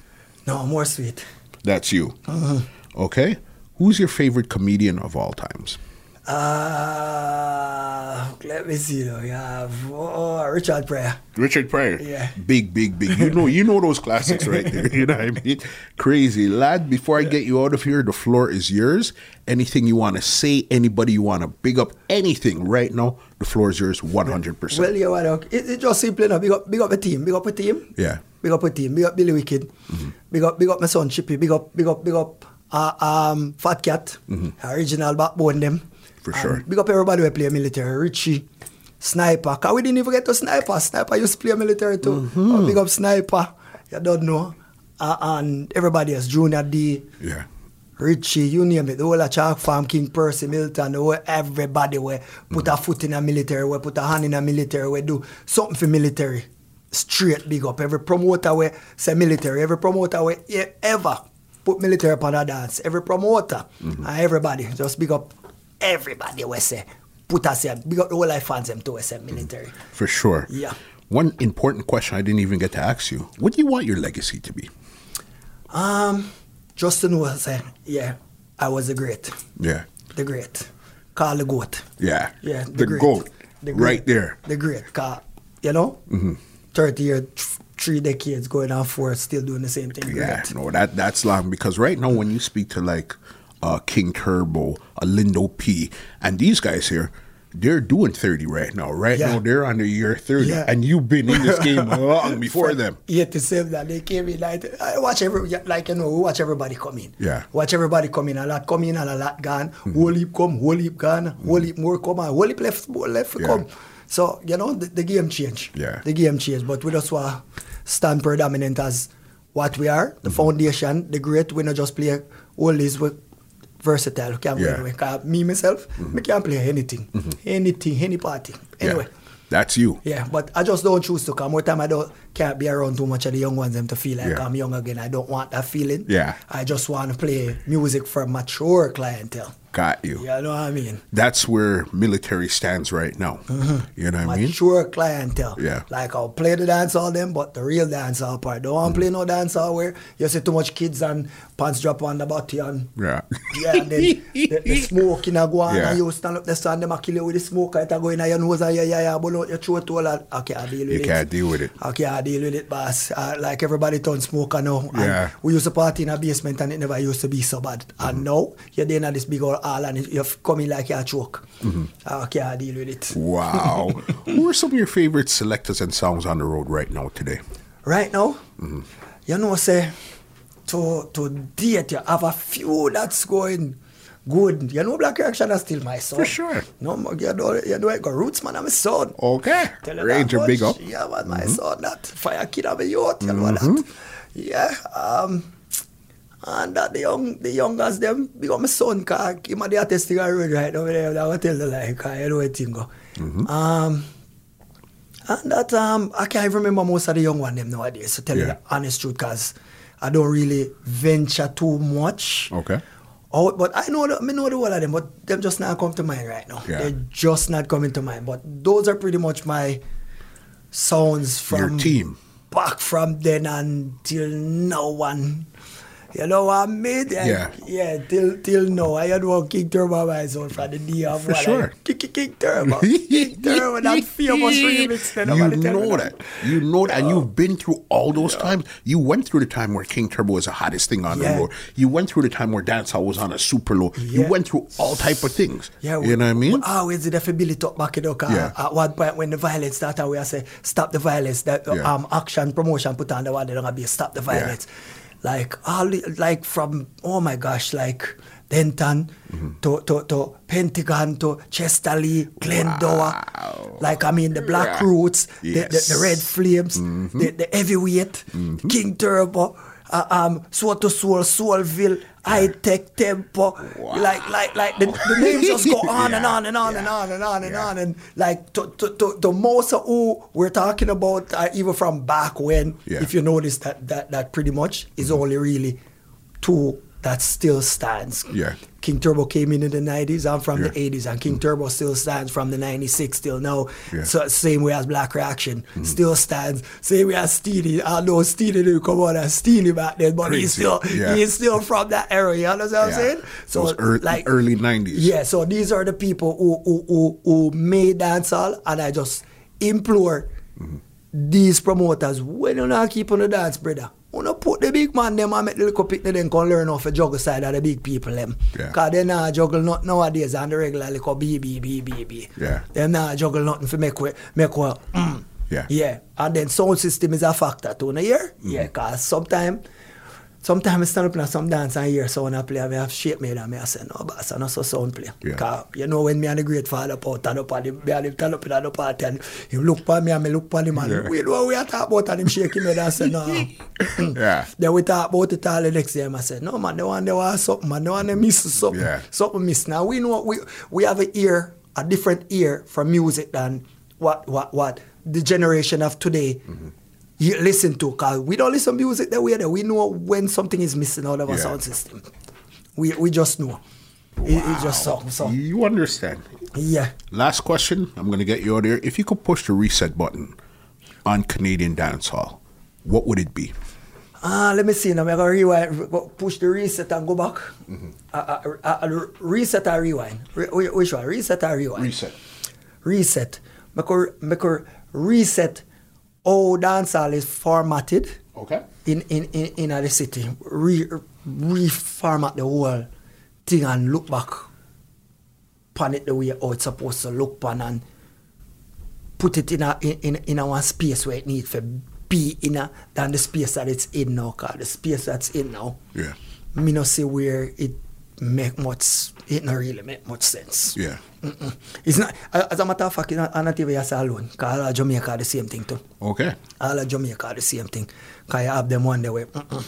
B: no, more sweet.
A: That's you. Okay. Who's your favorite comedian of all times?
B: Uh, let me see though. You have oh, Richard Pryor.
A: Richard Pryor.
B: Yeah.
A: Big, big, big. You know, you know those classics right there. You know what I mean? Crazy. Lad, before I get you out of here, the floor is yours. Anything you want to say, anybody you want to big up, anything right now, the floor is yours 100%.
B: Well, you know, it, it just simply no. Big up, big up the team. Big up the team.
A: Yeah. Mm-hmm.
B: Big up the team. Big up Billy Wicked. Big up, big up my son Chippy. Big up, big up, big up. Uh, um, Fat Cat, original backbone them.
A: Mm-hmm. For
B: And
A: sure.
B: Big up everybody who play military. Richie, Sniper. Cause we didn't even get to Sniper. Sniper used to play military too.
A: Mm-hmm.
B: Uh, big up Sniper. You don't know. Uh, and everybody else. Junior D.
A: yeah.
B: Richie, you name it, the whole of Chalk Farm, King Percy, Milton, the whole everybody we put a foot in a military, we put a hand in a military, we do something for military. Straight big up. Every promoter we say military, every promoter we e- ever put military upon a dance, every promoter and everybody, just big up everybody we say. Put us here, big up the whole life fans them to we say military.
A: For sure.
B: Yeah.
A: One important question I didn't even get to ask you. What do you want your legacy to be?
B: Um, just to know, say, yeah, I was the great,
A: Yeah.
B: the great, Carl the goat.
A: Yeah.
B: Yeah,
A: The,
B: great.
A: goat.
B: The great.
A: right there.
B: The great, car, you know, mm-hmm. thirty year, th- three decades going on for still doing the same thing.
A: Yeah,
B: Great.
A: no, that that's long because right now when you speak to like uh, King Turbo, a Lindo P, and these guys here, they're doing thirty right now. Right
B: Yeah.
A: now they're under year thirty,
B: Yeah.
A: and you've been in this game long before them.
B: Yet the same that they came in like I watch every yeah, like you know we watch everybody come in.
A: Yeah.
B: Watch everybody come in. A lot come in and a lot gone. Whole heap come, whole heap gone, whole heap more come and whole heap left more left
A: Yeah.
B: come. So you know the, the game change.
A: Yeah.
B: The game change. But we just want to stand predominant as what we are,
A: Mm-hmm.
B: the foundation, the great. We not just play all these we versatile. We can play
A: Yeah. Mm-hmm.
B: anywhere. 'Cause me myself, me can play anything. Anything, any party. Anyway.
A: yeah. that's you.
B: Yeah, but I just don't choose to come. More time I don't can't be around too much of the young ones them to feel like
A: Yeah.
B: I'm young again. I don't want that feeling.
A: Yeah.
B: I just want to play music for mature clientele.
A: Got you.
B: You know what I mean?
A: That's where military stands right now.
B: Uh-huh.
A: You know what I mean?
B: Mature clientele.
A: Yeah.
B: Like I'll play the dance all them, but the real dance all part. Don't
A: Mm-hmm.
B: want to play no dance all where you see too much kids and pants drop on the body and
A: Yeah.
B: yeah, and then the, the smoke in a go on
A: Yeah.
B: and you stand up the sun, them a kill you with the smoke, it a go in your nose and yeah, yeah, yeah, but out your throat all that. I can't deal with
A: You
B: it.
A: can't deal with it.
B: I can't deal with it, boss. Uh, like everybody turned smoker now. And
A: Yeah. Mm-hmm.
B: We used to party in a basement and it never used to be so bad. And now you're there in this big old hall and you're coming like you're choke.
A: Mm-hmm.
B: I can't deal with it.
A: Wow. Who are some of your favorite selectors and songs on the road right now today?
B: Right now,
A: Mm-hmm.
B: you know, say, to, to date, you have a few that's going Good. You know black Yorkshire is still my son.
A: For sure.
B: No, mo- you know, you know I got roots, man. I'm a son.
A: Okay.
B: Tell you that
A: Ranger
B: much.
A: big up. Mm-hmm.
B: Yeah, man, my son, that fire kid of a youth, you know that. Yeah, um, and that the young, the youngest them become my son, cause him a the attest to road right over there, that will tell the lie, cause you know it thing go.
A: Mm-hmm.
B: Um, and that um, I can't even remember most of the young one them nowadays. So tell you
A: Yeah.
B: the honest truth, cause I don't really venture too much.
A: Okay.
B: Oh, but I know the, me know the whole of them, but them just not come to mind right now.
A: Yeah.
B: They're just not coming to mind. But those are pretty much my sounds
A: Your
B: from
A: team.
B: back from then until now one. You know what I mean? Like,
A: Yeah.
B: Yeah, till till now. I had one King Turbo myself from the day of
A: For
B: what
A: sure.
B: I, King, King, King Turbo. King Turbo, that famous remix. that
A: You
B: nobody tell me
A: know
B: that.
A: that. You know that. And you've been through all those times. You went through the time where King Turbo was the hottest thing on
B: Yeah.
A: the road. You went through the time where dancehall was on a super low. You
B: Yeah.
A: went through all type of things.
B: Yeah,
A: you know what I mean?
B: Ah, where's the definitely talk back it up?
A: Yeah.
B: At one point when the violence started, we I say stop the violence. That uh,
A: Yeah.
B: um action promotion put on the one they're gonna be stop the violence. Like all the- like from oh my gosh, like Denton
A: Mm-hmm.
B: to, to to Pentagon to Chester Lee, Glendower. Like I mean the Black
A: Yeah.
B: Roots, the, the,
A: Yes. Mm-hmm.
B: the Red Flames, the, the Heavyweight, King Turbo. Uh, um, soul to soul, soulville, high tech tempo, like like like the, the names just go on and
A: Yeah,
B: on and on and
A: yeah,
B: on and on and
A: yeah.
B: on and like to, to, to, the most of who we're talking about uh, even from back when
A: Yeah. Mm-hmm.
B: if you notice that that that pretty much is only really two that still stands
A: Yeah.
B: King Turbo came in in the 90s I'm from
A: Yeah. Mm.
B: the 80s and King Turbo still stands from the 96 till now
A: Yeah. Mm-hmm.
B: so same way as Black Reaction still stands same way as Steely although Steely didn't come out as Steely back then but he's
A: Crazy.
B: still
A: Yeah.
B: he's still from that era you understand
A: Yeah.
B: what I'm saying
A: Those ear- early 90s.
B: yeah, so these are the people who who who, who made dancehall, and I just implore these promoters when you not keep on the dance, brother. Wanna put the big man them and make the little picnic then can learn off the juggle side of the big people them.
A: Yeah.
B: Cause they not juggle not nowadays and the regular little B B B B B.
A: Yeah.
B: They not juggle nothing for make we, make we, mm.
A: Yeah. Mm-hmm.
B: Yeah. And then sound system is a factor too, no hear? Yeah, cause sometimes Sometimes I stand up in some dance and hear sound a play and I have shape me and I say, no, boss, I not so sound play.
A: Yeah.
B: 'Cause you know when me and the great father up out and up and him, me and him stand up in the party and him look for me and me look for him and
A: Yeah.
B: we know what we are talking about and him shake him head and say, no.
A: Yeah.
B: Then we talk about it all the next day. and I said, no man, they want they want something, man. They want they miss something.
A: Yeah.
B: Something miss. Now we know we we have an ear, a different ear for music than what what what the generation of today
A: Mm-hmm.
B: you listen to. Cause we don't listen to music that way that we know when something is missing out of our
A: Yeah.
B: sound system. We we just know. It, it just so so
A: You understand.
B: yeah.
A: Last question. I'm going to get you out of here. If you could push the reset button on Canadian dancehall, what would it be?
B: Ah, let me see. Now I'm gonna rewind, go- push the reset and go back.
A: Mm-hmm.
B: Uh, uh, uh, uh, reset or rewind? Re- whi- which one? Reset or rewind?
A: Reset.
B: reset. Make a, make a reset how dancehall is formatted
A: Okay.
B: in, in, in, in the city. Re, reformat the whole thing and look back upon it the way how it's supposed to look upon and put it in a in, in, in a one space where it needs to be in a than the space that it's in now, cause the space that's in now.
A: Yeah.
B: Me not see where it make much it not really make much sense.
A: Yeah.
B: Mm-mm. It's not, a- as a matter of fact, it's not, I'm not even just alone. Because all of Jamaica are the same thing too.
A: Okay.
B: All of Jamaica are the same thing. Because you have them one day where, mm-mm,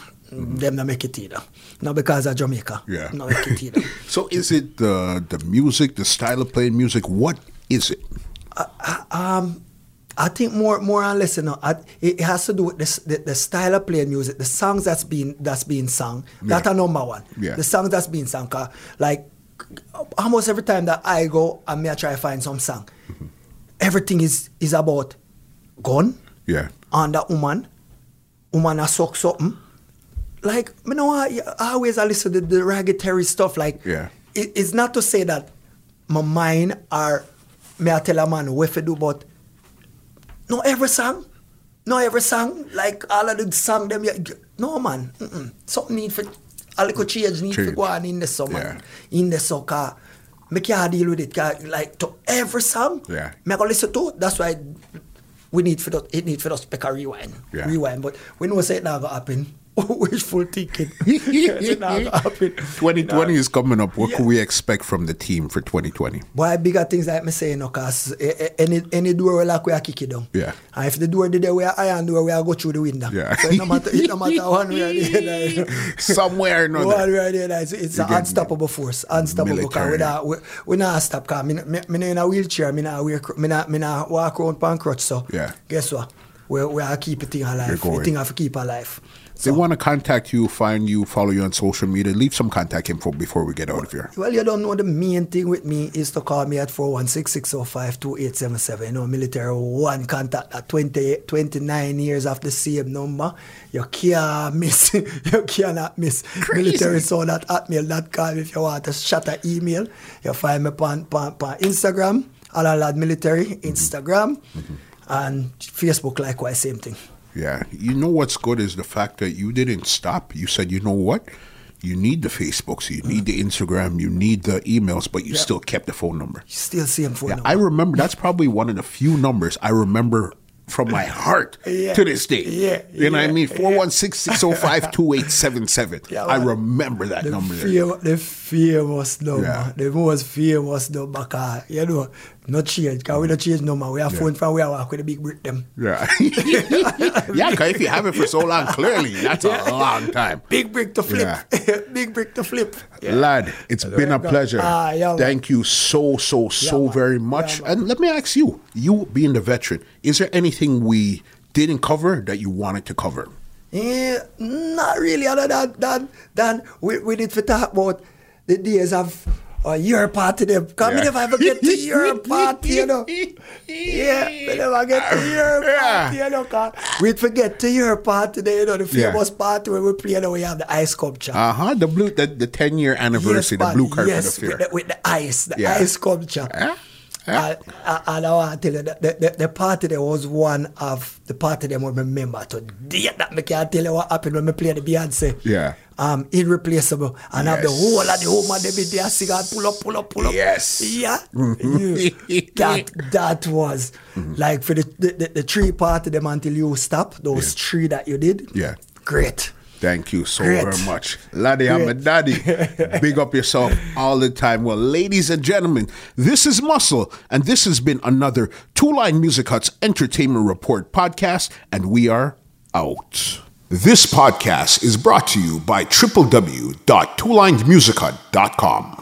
B: them not make it either. Not because of Jamaica.
A: Mm-hmm. Yeah.
B: Not make it either.
A: So is it the the music, the style of playing music? What is it?
B: um, I think more, more and less, you know, I, it it has to do with this, the, the style of playing music, the songs that's being that's being sung. That's a number one.
A: Yeah.
B: The songs that's being sung, 'cause, like almost every time that I go, I may try to find some song.
A: Mm-hmm.
B: Everything is is about gun
A: Yeah.
B: on that woman. Woman a suck something. hmm? Like, you know, I, I always I listen to the, the ragged Terry stuff. Like,
A: Yeah.
B: it- it's not to say that my mind or me I tell a man what to do, but no every song. No every song. Like all of the song them. yeah, g- No man. Mm-mm. Something need for a little change need to
A: Change.
B: go on in the summer.
A: Yeah.
B: In the soccer. Me can't deal with it. 'cause, Like to every song.
A: Yeah.
B: Me I go listen to. That's why we need for that, it need for us to pick a rewind.
A: Yeah.
B: Rewind. But we know say it not gonna happen. wishful thinking. it's not gonna happen.
A: 2020 is coming up. What can
B: Yeah.
A: we expect from the team for 2020?
B: Why bigger things like me say, no, cause eh, eh, any any door we lock, we are kick it down.
A: Yeah.
B: And if the door did there, we are iron door, we are go through the window.
A: Yeah.
B: So it no matter, it no matter one way or the other.
A: Somewhere or
B: One
A: another.
B: way or the other, it's, it's
A: You
B: an
A: get
B: unstoppable force. Unstoppable. Cause
A: military.
B: we not we, we not stop. Cause me, me, me not in a wheelchair. Me not wear. cr- Me not me not walk around pan crutch. So
A: Yeah.
B: Guess what? We we are keep the thing
A: You're
B: alive.
A: going.
B: The thing have to keep alive.
A: They want to contact you, find you, follow you on social media. Leave some contact info before we get out of here.
B: Well, you don't know the main thing with me is to call me at 416-605-2877. You know, military one contact at 20, 29 years after the same number. You can't miss. you cannot miss. Military sound at hotmail.com if you want to shut an email. You find me on, on, on Instagram, Alalad Military, Instagram, and Facebook likewise, same thing.
A: Yeah. You know what's good is the fact that you didn't stop. You said, you know what? You need the Facebooks, you need the Instagram, you need the emails, but you still kept the phone number.
B: Still same phone number.
A: I remember that's probably one of the few numbers I remember from my heart
B: Yeah.
A: to this day.
B: Yeah.
A: You know what I
B: Yeah.
A: mean? 416 605 2877.
B: Yeah,
A: I
B: well,
A: remember that
B: the
A: number. there.
B: Fear, the famous number.
A: Yeah.
B: The most famous number. Cause, uh, you know, no change. Cause we don't change number. We have phone from where we walk with the big brick them.
A: Yeah. yeah, because if you have it for so long, clearly that's a long time.
B: Big brick to flip.
A: Yeah.
B: big brick to flip.
A: Lad, it's been a
B: go.
A: pleasure.
B: Ah, yeah, man.
A: Thank you so, so, so
B: man.
A: very
B: Yeah,
A: much.
B: man.
A: and let me ask you, you being the veteran, is there anything we didn't cover that you wanted to cover?
B: Yeah, not really other than than than we, we need to talk about the days of uh, Europe party them. Cause
A: Yeah.
B: we never ever get to Europe party, you know. Yeah, uh, we never get to Europe
A: Yeah.
B: party, you know, cause we forget to Europe party there, you know, the
A: Yeah.
B: famous party where we play you know, we have the ice sculpture.
A: Uh huh. The blue, the, the ten year anniversary, the
B: man,
A: blue carpet Eh?
B: yes,
A: affair.
B: With the, with the ice, the
A: Yeah.
B: ice sculpture.
A: Yeah, yeah.
B: I, I, and I want to tell you, the, the, the party there was one of the party them I remember to date that I can't tell you what happened when we played the Beyonce.
A: Yeah.
B: Um, irreplaceable. And have the
A: Yes.
B: whole of the home and they be there singing, pull up, pull up, pull up.
A: Yes.
B: Yeah. You- that that was
A: Mm-hmm.
B: like for the, the, the, the three party them until you stop, those three that you did.
A: Yeah.
B: Great.
A: Thank you so
B: Great.
A: very much. Laddie, I'm a daddy. Big up yourself all the time. Well, ladies and gentlemen, this is Muscle, and this has been another Two Line Music Hut's Entertainment Report podcast, and we are out. This podcast is brought to you by www.twolinedmusichut.com.